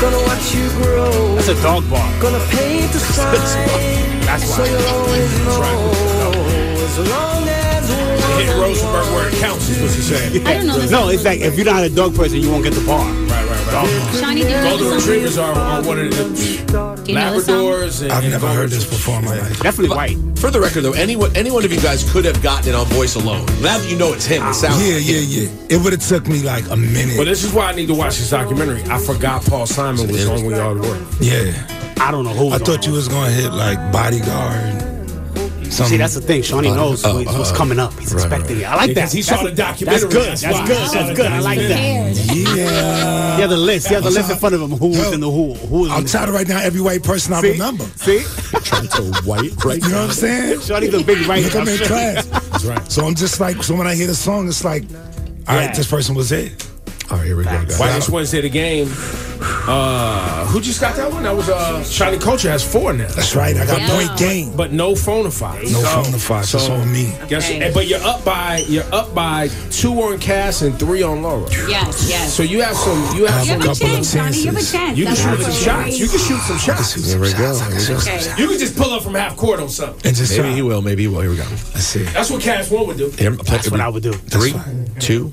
gonna watch you grow. That's
a dog bar.
Gonna paint the sign. That's why. So you'll always know. As long as we're
Hit Rosenberg where it counts is what you're saying.
I don't know this
No, it's like if you're not a dog person, you won't get the bar. Right,
right,
Shawnee, do you know
Golden
the song?
retrievers are, are one of the
Do you know the song?
Labradors. And,
I've never heard this before in my life.
Definitely white.
For the record, though, anyone any one of you guys could have gotten it on voice alone. Now that you know it's him, it sounds
Yeah,
like
yeah,
him.
yeah. It would have took me like a minute.
But this is why I need to watch this documentary. I forgot Paul Simon was on We Are the World.
Yeah.
I don't know who.
I thought you was gonna hit like bodyguard.
See, that's the thing. Shawnee knows
Oh,
what's what's
uh,
coming up. He's expecting it. I like
Because
that.
he
That's
saw
a-
the documentary,
That's good.
that's
That's,
why. He
good.
saw the
That's good. I like that.
Yeah.
He had the list. He had the
I'm
list in
tired-
front of him. Who was in the who? Who was in
I'm
the
tired of right now. Every white person I
See?
remember.
See?
trying to white right
You know what I'm saying?
Shawnee's a big right.
Look, I'm in
sure.
class. That's right. So I'm just like, so when I hear the song, it's like, all right,
Yeah.
this person was it. All right, Oh, here we go,
Why this Wednesday the game? Uh, who just got that one? That was uh, Shiny Culture has four now.
That's right. I got
Yeah.
point game.
But no phonophiles.
No phonophiles. It's on me.
Guess, and- But you're up by you're up by two on Cass and three on Laura.
Yes, yes.
So you have some you have,
I have
some
a couple of
Johnny, you have a
chances.
chance.
you can
That's
shoot
what it
some
is.
shots. You can shoot some shots.
There we go. Here we go.
Okay.
You can just pull up from half court on something.
And just
Maybe he will. Maybe he will. Here we go.
Let's see.
That's what Cass one would do.
Here, play-
That's what I would do.
Three, two.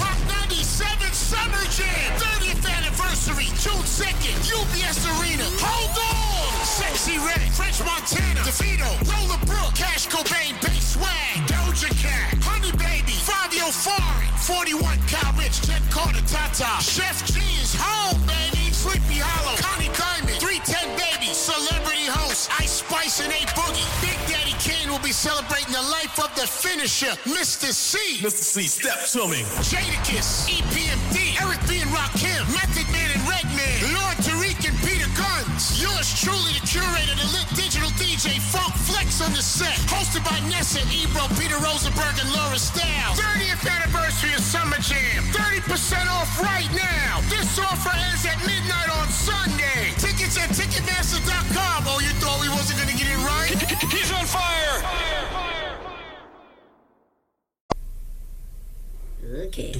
Hot 97 Summer Jam 30th anniversary, June 2nd, UBS Arena. Hold on! Sexy Red, French Montana, DeVito, Lola Brooke, Cash Cobain, Bass Swag, Doja Cat, Honey Baby, Fabio Fari, 41 Cal Rich, Jet Carter, Tata, Chef G is home, baby. Sleepy Hollow, Connie Diamond, 310 Baby, Celebrity Host, Ice Spice and A Boogie. Big Daddy Kane will be celebrating the life of the finisher, Mr. C. Mr. C, step to me. Jadakiss, EPMD, Eric B. and Rakim, Method Man and Redman, Lord Tariq and Peter Guns. Yours truly, the curator, the lit digital DJ, Funk Flex on the set. Hosted by Nessa, Ebro, Peter Rosenberg, and Laura Stiles. 30th anniversary of Summer Jam. 30% off right now. This offer ends at midnight on Sunday. Tickets at Ticketmaster.com. Oh, you thought we wasn't going to get it right? He's on fire!
Okay.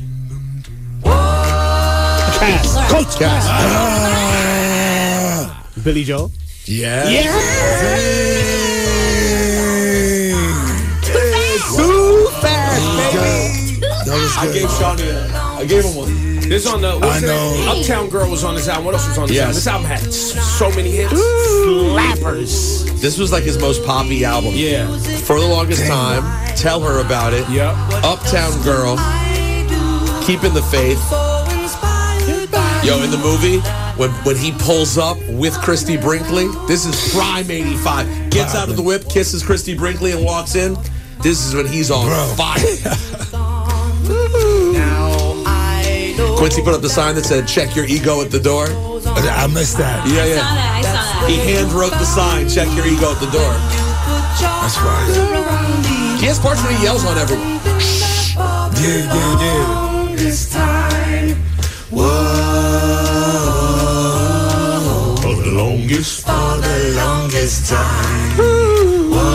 Cass. Coach Cass.
Ah.
Billy Joel.
Yeah.
Yeah.
Hey.
I gave Shawnee. I gave him one. This on the. What's I
I know.
Uptown Girl was on this album. What else was on this
Yes.
album? This album had s- so many hits. Slappers.
This was like his most poppy album.
Yeah.
For the longest time, tell her about it.
Yep.
Uptown Girl. Keeping the faith. Yo, in the movie, when when he pulls up with Christy Brinkley, this is prime '85. Gets out of the whip, kisses Christy Brinkley, and walks in. This is when he's on fire. Quincy put up the sign that said "Check your ego at the door."
I missed that.
Yeah,
I saw
yeah.
that. I saw that.
He hand wrote the sign "Check your ego at the door."
That's right.
He has parts where he yells on everyone.
Yeah, yeah, yeah. Whoa. For the longest. For the longest time.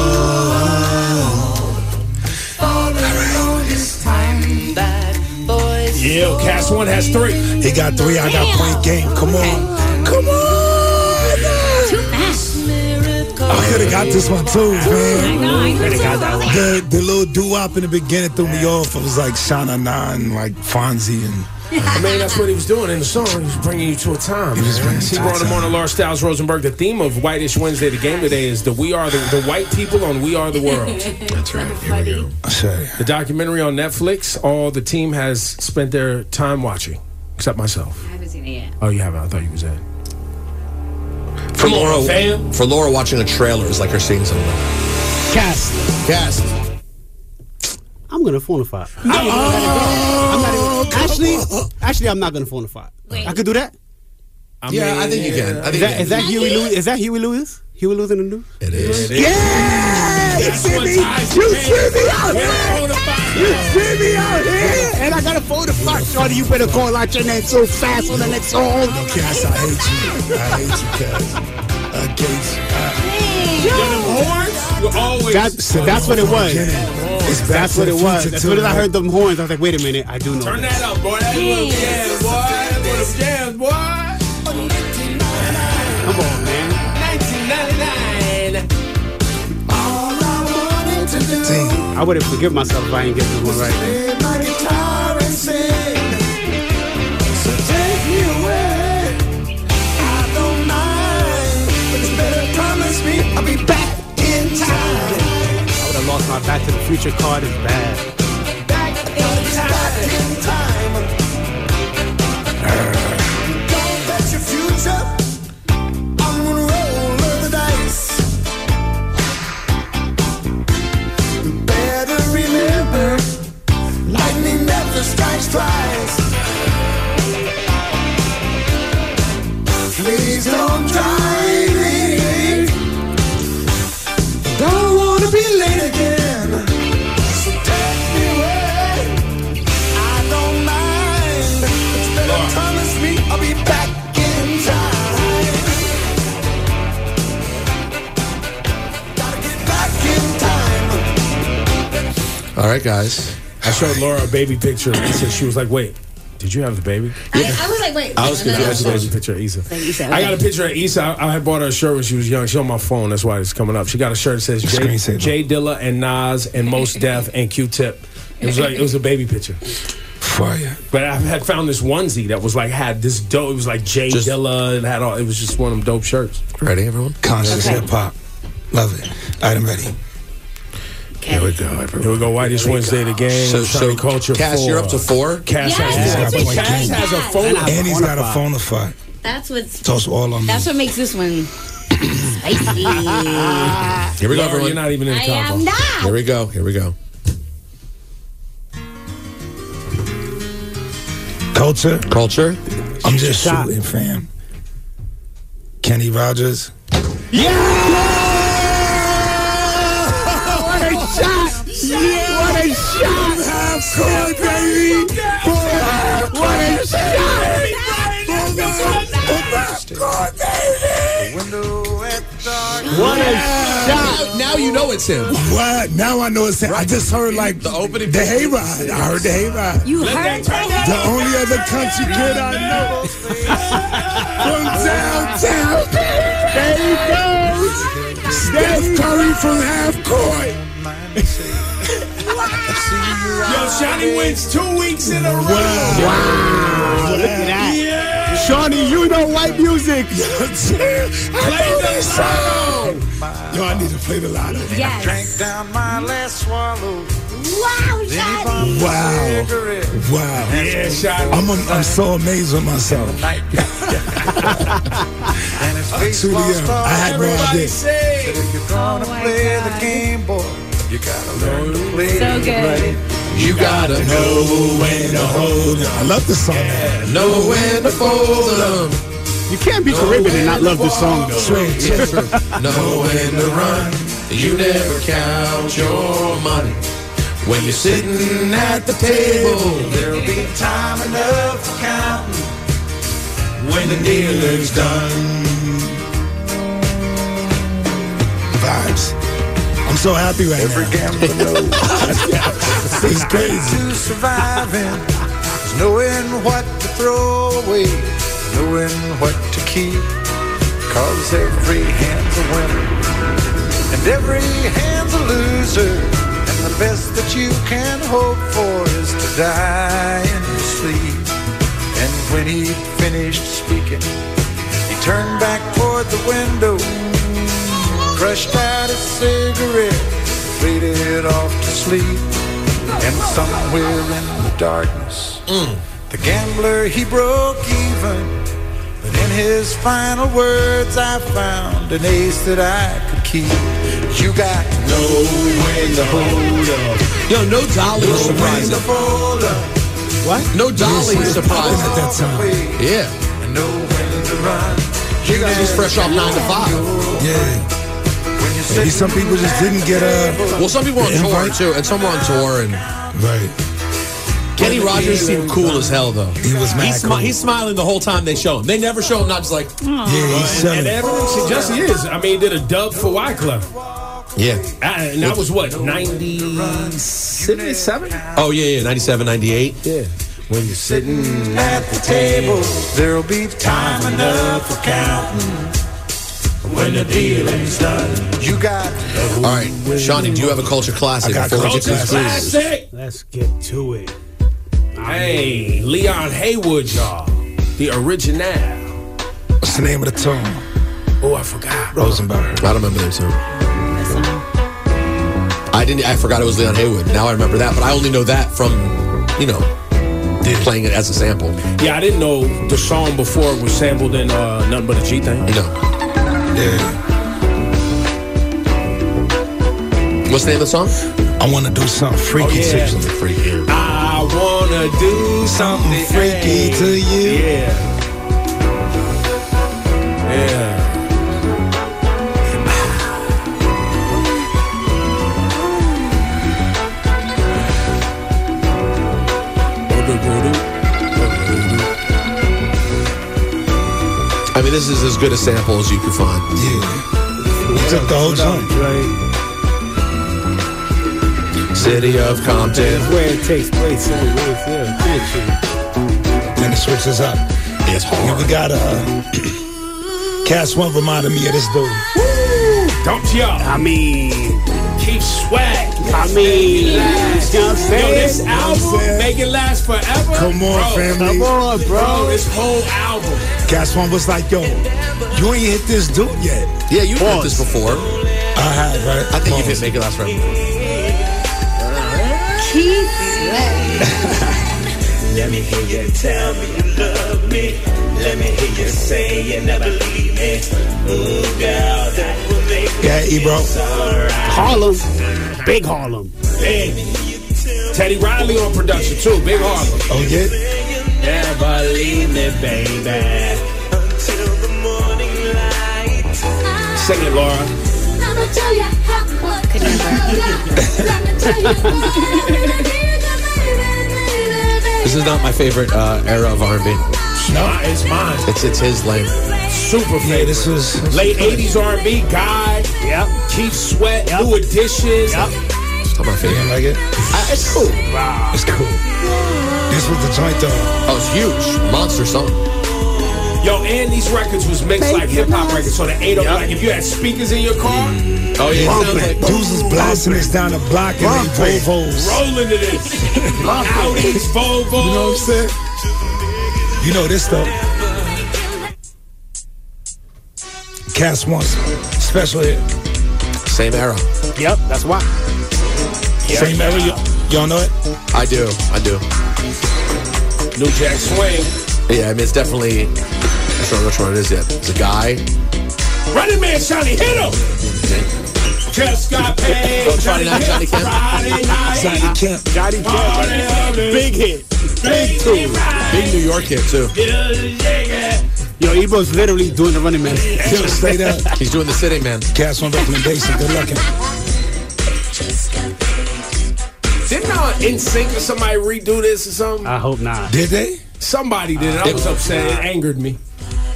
Yeah, Cast One has three.
He got three. I got point game. Come on. Come on.
Too fast.
I could have got this one too, man.
know, I could've got that one.
The, the little doo wop in the beginning threw me off. It was like Shana Nine, like Fonzie and.
I mean, that's what he was doing in the song. He was bringing you to a time. He was bringing
to a
brought him on to Laura Styles Rosenberg. The theme of Whitish Wednesday, the game today, is the We Are the, the White People on We Are the World.
That's right. Here we go. I say,
The documentary on Netflix, all the team has spent their time watching, except myself.
I haven't seen it yet.
Oh, you haven't? I thought you was at.
For Laura, for Laura, watching a trailer is like her seeing something.
Cast.
Cast.
I'm gonna phone a five. No. I'm not even, actually, actually, I'm not gonna phone a five. I could do that.
I Yeah, mean, I think you can. I think
is
you
that,
can.
is that Huey Lewis? Is that Huey Lewis? Huey Lewis in the news?
It is.
Yeah, you see me. You see me out here. You see me out here, and I gotta phone the five. Shorty, you better call out your name so fast on the next song.
Cass, I hate you. I hate you, Cass. I hate you.
always.
That's, that's what it was. That's what it was. As soon as I heard them horns, I was like, wait a minute, I do know.
Turn
this.
that up, boy. That little jazz, boy. That little jazz, boy.
Come on, man.
1999.
I would have forgiven myself if I didn't get this one right. I would have lost my Back to the Future card is bad.
Please don't drive me. Don't wanna be late again. So take me away. I don't mind. It's better promise me I'll be back in time. Gotta get back in time.
All right, guys.
I showed Laura a baby picture of Issa. She was like, wait, did you have the baby?
I, I was like, wait.
I was
no, no,
confused.
no.
I saw a picture of Issa.
Like Issa,
I
okay.
got a picture of Issa. I, I had bought her a shirt when she was young. She's on my phone. That's why it's coming up. She got a shirt that says Jay,
Screensaver.
Jay Dilla and Nas and Most Def and Q-Tip. It was like it was a baby picture.
Fire.
But I had found this onesie that was like had this dope. It was like Jay Dilla and had all. It was just one of them dope shirts.
Ready, everyone?
Conscious
Okay.
hip hop. Love it. All right, I'm ready. Here we go,
Here we go. White is Wednesday the game.
So-
Sunday
so,
culture.
Cass,
four.
you're up to four?
Cass
Yes,
has,
that's what
Cass
Cass
has a
has.
phone.
And I-
And he's got a phone to fight.
That's what's.
Toss all on me.
That's what makes this one spicy. I
Here we go,
Laura,
everyone.
You're not even in the
am
combo.
not.
Here we go. Here we go.
Culture.
Culture.
I'm just
Shot.
shooting, fam. Kenny Rogers.
What a shot! What a shot! What a shot! What a shot!
Now you know it's him.
What? Now I know it's. I just heard like the
opening
The hayride. I heard the hayride.
You heard that?
The only other country kid I know from downtown. There he goes. Steph Curry from half court.
Yo, Shawnee wins two weeks in a row.
Wow. Look at that.
Yeah.
Shawnee, you know white music.
Play the song.
Yo, I need to play the lotto.
Yes.
Drank down my last swallow.
Wow,
Johnny.
Wow. Wow.
Yeah, Shawnee.
I'm, I'm so amazed with myself. Truly am. I had no idea.
If you're gonna play the game, boy, you gotta learn to play
So
it
good.
right.
You gotta know when to hold I love this song.
Know when to fold 'em.
You can't be Caribbean and not love this song, though.
Yeah, true. know when to run. You never count your money. When you're sitting at the table,
There'll be time enough for counting when the dealer's done.
Vibes. I'm so happy right now. It's crazy.
To surviving is knowing what to throw away, knowing what to keep. Cause every hand's a winner, and every hand's a loser. And the best that you can hope for is to die in your sleep. And when he finished speaking, he turned back toward the window, crushed out a cigarette, faded off to sleep. And somewhere in the darkness,
Mm.
the gambler he broke even. But in his final words, I found an ace that I could keep. You got no way to hold up.
Yo, no dolly is surprising.
No way to fold up.
What? No dolly is surprising. Yeah.
And no when to run.
You guys was fresh off nine to five.
Yeah. Maybe some people just didn't get a.
Well, some people on
the
tour
invite.
too, and some were on tour and.
Right.
Kenny Rogers seemed cool
uh,
as hell though. He
was
mad. He's, smi- he's smiling the whole time they show him. They never show him not just like.
and, and everyone she just is. I mean, he did a dub for Wyclef.
Yeah.
I, and that was what, 97?
Oh yeah, yeah, 97, 98.
Yeah.
When you're sitting
at the table, there'll be time enough for counting when the dealing's done. You got
All right, Shawnee, do you have a culture classic?
I got
before we get
culture
to the cruise?
classic. Let's get to it. Hey, Leon Haywood, y'all. The original.
What's the name of the tune?
Oh, I forgot.
Rosenberg. I
don't remember that tune. I didn't. I forgot it was Leon Haywood. Now I remember that, but I only know that from, you know, playing it as a sample.
Yeah, I didn't know the song before was sampled in uh, Nothing But a G Thing.
No.
Yeah.
What's the name of the song?
I want to do something freaky
Oh, yeah.
to you.
Freaky.
I wanna do something freaky to you. Yeah. Yeah.
I mean, this is as good a sample as you could find.
Yeah. You took the whole joint.
City of Compton.
Where it takes place. Yeah.
Then it switches up.
It's hard.
We got a. Cass One reminded me of this dude.
Don't you? I
mean,
keep swag.
I mean, you know what I'm
Yo,
saying?
this
You know what I'm
album,
saying?
make it last forever.
Come
bro.
on, family.
Come on,
Bro, this whole album.
Cass One was like, yo, you ain't hit this dude yet.
Yeah, you've heard this before.
I have, right?
I think you've hit Make It Last Forever.
Keith
Let me hear you tell me you love me. Let me hear you say you never leave me. Ooh, girl, that will make
Yeah,
E,
Ebro.
Harlem. Big Harlem.
Big. Teddy Riley on production too. Big Harlem.
Oh yeah.
Never leave me, baby. Sing it, Laura.
This is not my favorite uh, era of R&B.
No, it's mine.
It's it's his lane.
Super favorite.
this was
late '80s R&B. God. Yep. Keep Sweat. New Editions.
It's not my favorite.
like it?
I, it's cool.
Wow.
It's cool. This was the joint though.
Oh, it's huge, monster song.
Yo, and these records was mixed like hip hop records. So the 808, like if you had speakers in your car,
Oh, yeah, it sounds Bumping. like- Dudes is blasting this down the block in they
Bumping.
Volvos.
Rolling to this. Audis, Volvos.
You know what I'm saying? You know this though. Cast once, special hit.
Same era.
Yep, that's why. Same era. y- Y'all know it?
I do. I do.
New Jack Swing.
Yeah, I mean, it's definitely. I don't know which one it is yet. It's a guy.
Running Man Shiny, hit him! Just got paid.
Don't try to not Johnny Kemp.
Friday night.
Johnny Kemp.
Johnny Kemp.
Big hit.
Big
two.
Big New York hit, too.
Yo, Ebro's literally doing the running man.
Stay down.
He's doing the sitting man.
Cast one recommendation. Good luck.
Didn't uh, NSYNC or somebody redo this or something? I
hope not.
Did they?
Somebody did it. I
They-
was upset. It angered me.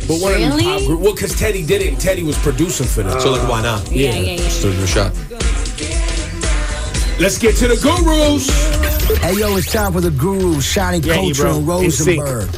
But one of them
Really?
pop group. Well, because Teddy did it and Teddy was producing for them.
so, like, why not?
Yeah.
Just doing a shot.
Let's get to the gurus.
Hey, yo, it's time for the gurus, Shining
Yeah,
Culture
Ebro.
and
In sync.
Rosenberg.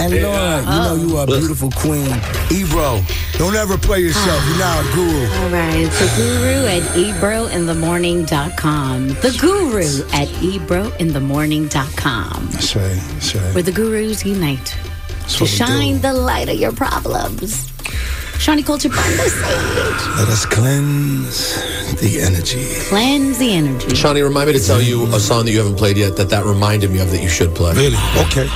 And Laura, you know you are a beautiful queen. Ebro, don't ever play yourself. You're not a guru.
All right, the guru at ebrointhemorning.com. The guru at ebrointhemorning.com.
That's right. That's right.
Where the gurus unite to
what we do.
shine the light of your problems. Shawnee Culture Bond the sage.
Let us cleanse the energy.
Cleanse the energy.
Shawnee, remind me to tell you a song that you haven't played yet that that reminded me of that you should play.
Really? Okay.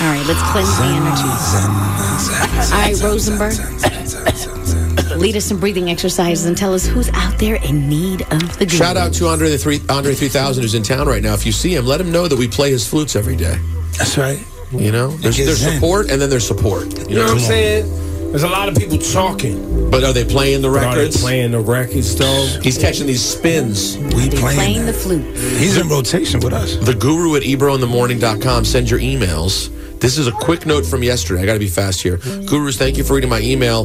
All right, let's cleanse the energy. All right, Rosenberg. Lead us some breathing exercises and tell us who's out there in need of the guru.
Shout out to Andre the three Andre three thousand who's in town right now. If you see him, let him know that we play his flutes every day.
That's right.
You know, there's,
gets
there's
in.
support and then there's support.
You know what I'm saying? There's a lot of people talking.
But are they playing the
But are they
records?
playing the records though.
He's catching these spins.
We
Playing the flute.
He's in rotation with us.
The guru at ebrointhemorning.com. Send your emails. This is a quick note from yesterday. I got to be fast here. Gurus, thank you for reading my email.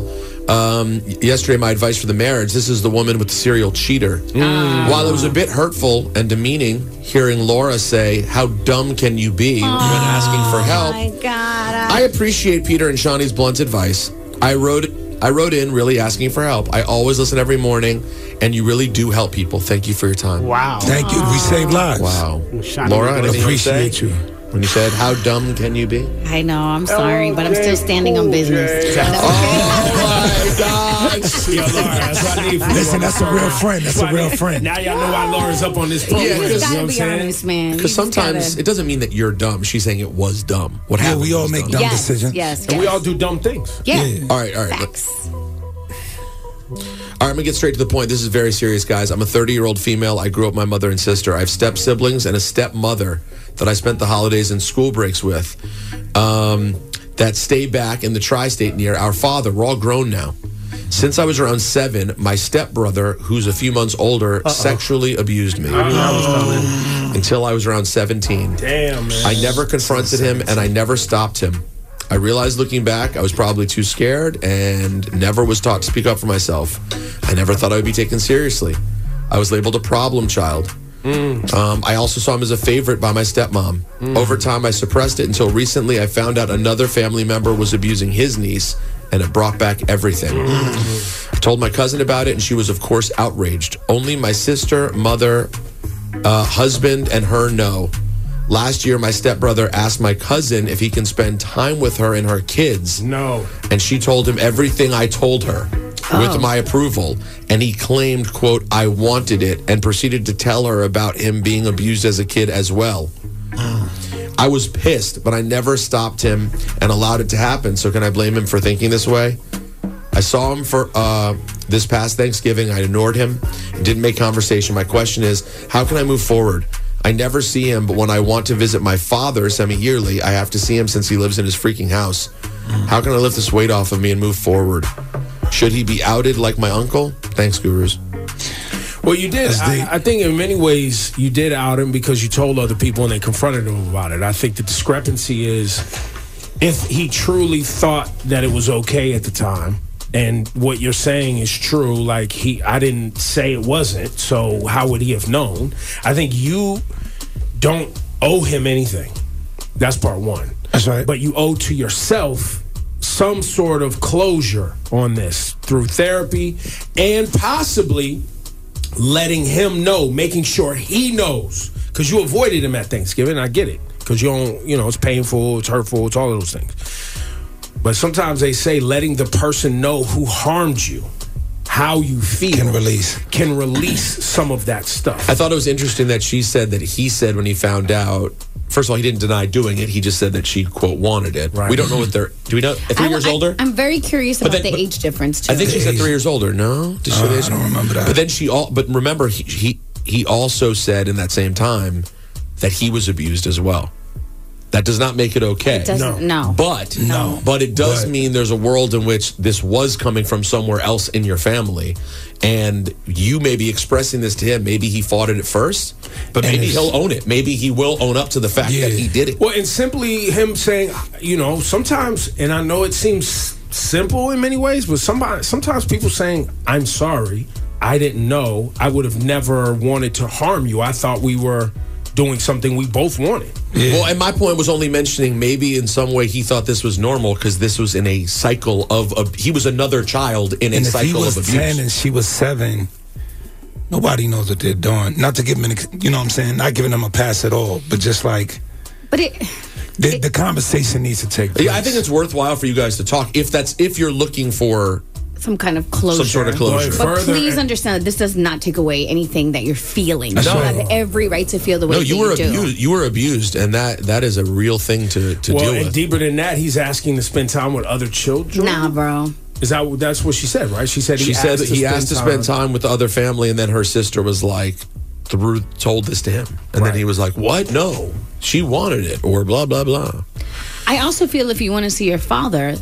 Um, yesterday, my advice for the marriage this is the woman with the serial cheater. Mm. While it was a bit hurtful and demeaning hearing Laura say, How dumb can you be when asking for help?
Oh
I appreciate Peter and Shawnee's blunt advice. I wrote I wrote in really asking for help. I always listen every morning, and you really do help people. Thank you for your time.
Wow.
Thank you. We saved lives.
Wow.
Shawnee,
Laura,
I
anything
appreciate
you. wanna say? When you said, How dumb can you be?
I know, I'm sorry, but I'm still standing on business.
Yo, Laura, that's
Oh
what I need from you.
Listen, that's a real friend. That's a
what I
real
need.
friend.
Now y'all know why Laura's up on this program.
Yeah, 'cause-
you know
You gotta
what I'm
be
saying?
honest,
man.
Because sometimes it doesn't mean that you're dumb. She's saying it was dumb. What happened? we all make
dumb Yes, decisions.
yes,
and we all do
dumb things.
Yeah.
All right. All right. All right, I'm gonna get straight to the point. This is very serious, guys. I'm a 30 year old female. I grew up with my mother and sister. I have step siblings and a stepmother that I spent the holidays and school breaks with. Um, that stay back in the tri-state near our father. We're all grown now. Since I was around seven, my stepbrother, who's a few months older, sexually abused me until I was around 17.
Damn, man.
I never confronted him and I never stopped him. I realized looking back, I was probably too scared and never was taught to speak up for myself. I never thought I would be taken seriously. I was labeled a problem child.
Mm.
Um, I also saw him as a favorite by my stepmom. Over time, I suppressed it until recently I found out another family member was abusing his niece, and it brought back everything. I told my cousin about it, and she was, of course, outraged. Only my sister, mother, uh, husband, and her know. Last year, my stepbrother asked my cousin if he can spend time with her and her kids.
No.
And she told him everything I told her with my approval. And he claimed, quote, I wanted it, and proceeded to tell her about him being abused as a kid as well. I was pissed, but I never stopped him and allowed it to happen. So can I blame him for thinking this way? I saw him for uh, this past Thanksgiving. I ignored him and didn't make conversation. My question is, how can I move forward? I never see him, but when I want to visit my father semi-yearly, I have to see him since he lives in his freaking house. How can I lift this weight off of me and move forward? Should he be outed like my uncle? Thanks, gurus.
Well, you did. I, I think in many ways you did out him because you told other people and they confronted him about it. I think the discrepancy is if he truly thought that it was okay at the time, and what you're saying is true. Like he, I didn't say it wasn't. So how would he have known? I think you don't owe him anything. That's part one. That's right. But you owe to yourself some sort of closure on this through therapy and possibly letting him know, making sure he knows. Because you avoided him at Thanksgiving. I get it. Because you don't, you know, it's painful, it's hurtful, it's all of those things. But sometimes they say letting the person know who harmed you, how you feel, can release, can release some of that stuff.
I thought it was interesting that she said that he said when he found out. First of all, he didn't deny doing it. He just said that she quote wanted it. Right. We don't know what they're. Do we know? Three
I-
years
I-
older.
I'm very curious
But
about
then-
the age difference too.
I think she said three years older. No, Did she say that? But then she all. But remember, he, he he also said in that same time that he was abused as well. That does not make it okay.
It doesn't- No. no.
But no. But it does mean there's a world in which this was coming from somewhere else in your family, and you may be expressing this to him. Maybe he fought it at first, but
And
maybe
it's-
he'll own it. Maybe he will own up to the fact that he did it.
Well, and simply him saying, you know, sometimes, and I know it seems simple in many ways, but somebody, sometimes people saying, "I'm sorry, I didn't know, I would have never wanted to harm you. I thought we were doing something we both wanted."
Well, and my point was only mentioning maybe in some way he thought this was normal because this was in a cycle of, ab he was another child in a
and if he
cycle
was
of abuse.
ten and she was seven, nobody knows what they're doing. Not to give them, any, you know, what I'm saying, not giving them a pass at all, but just like
But it,
the, the conversation needs to take. place.
yeah, I think it's worthwhile for you guys to talk if that's if you're looking for
some kind of closure.
Some sort of closure. Going
But
further
please
and-
understand that this does not take away anything that you're feeling.
That's
you
right.
have every right to feel the way
no,
that
you were
do.
abused. You were abused, and that that is a real thing to to
well,
deal
and
with.
deeper than that, he's asking to spend time with other children.
Nah, bro.
Is that what- that's what she said, right? She said he
she
asked
said that
to
he asked to spend
time.
time with the other family, and then her sister was like, through told this to him, and then he was like, "What? No, she wanted it," or blah blah blah.
I also feel if you want to see your father,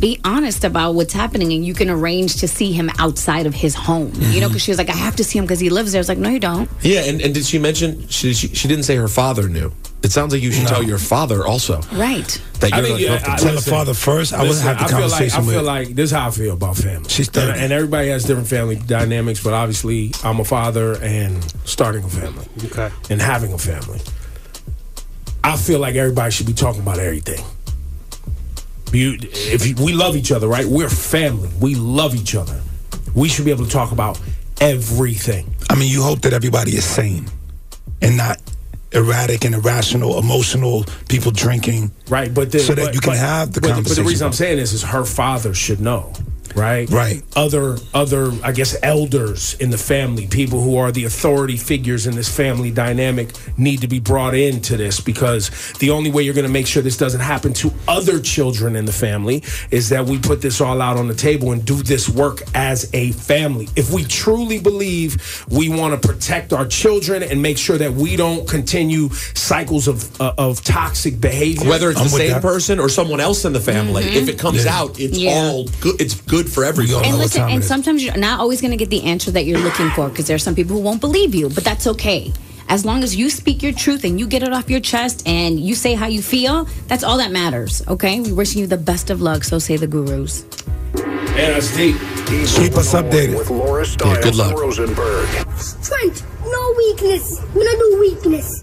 be honest about what's happening and you can arrange to see him outside of his home. You know, because she was like, I have to see him because he lives there. It's like, no, you don't.
Yeah, and, and did she mention she, she she didn't say her father knew? It sounds like you should tell your father also.
Right.
That
I
you're
think,
like,
yeah,
comfortable.
I-
Tell the
listen,
father first. I wouldn't have the
feel like-
conversation
I feel
with-
like this is how I feel about family. She's and, and everybody has different family dynamics, but obviously, I'm a father and starting a family
Okay.
and having a family. I feel like everybody should be talking about everything. You, if you, we love each other, right? We're family. We love each other. We should be able to talk about everything.
I mean, you hope that everybody is sane and not erratic and irrational, emotional people drinking.
Right, but the,
so that
but-
you can
but-
have the
but
conversation.
But the reason I'm saying this is her father should know, right?
Right.
Other other I guess elders in the family, people who are the authority figures in this family dynamic, need to be brought into this because the only way you're going to make sure this doesn't happen to other children in the family is that we put this all out on the table and do this work as a family. If we truly believe we want to protect our children and make sure that we don't continue cycles of uh, of toxic behavior,
whether it's the same person or someone else in the family.
Mhm.
If it comes
Yeah.
out, it's
Yeah.
all good. It's good for everyone.
And listen, and sometimes you're not always going to get the answer that you're looking for because there are some people who won't believe you, but that's okay. As long as you speak your truth and you get it off your chest and you say how you feel, that's all that matters. Okay? We wishing you the best of luck. So say the gurus.
Yeah, that's deep.
Keep us updated.
With Laura Stiles and Rosenberg.
Strength, no weakness. We don't do weakness.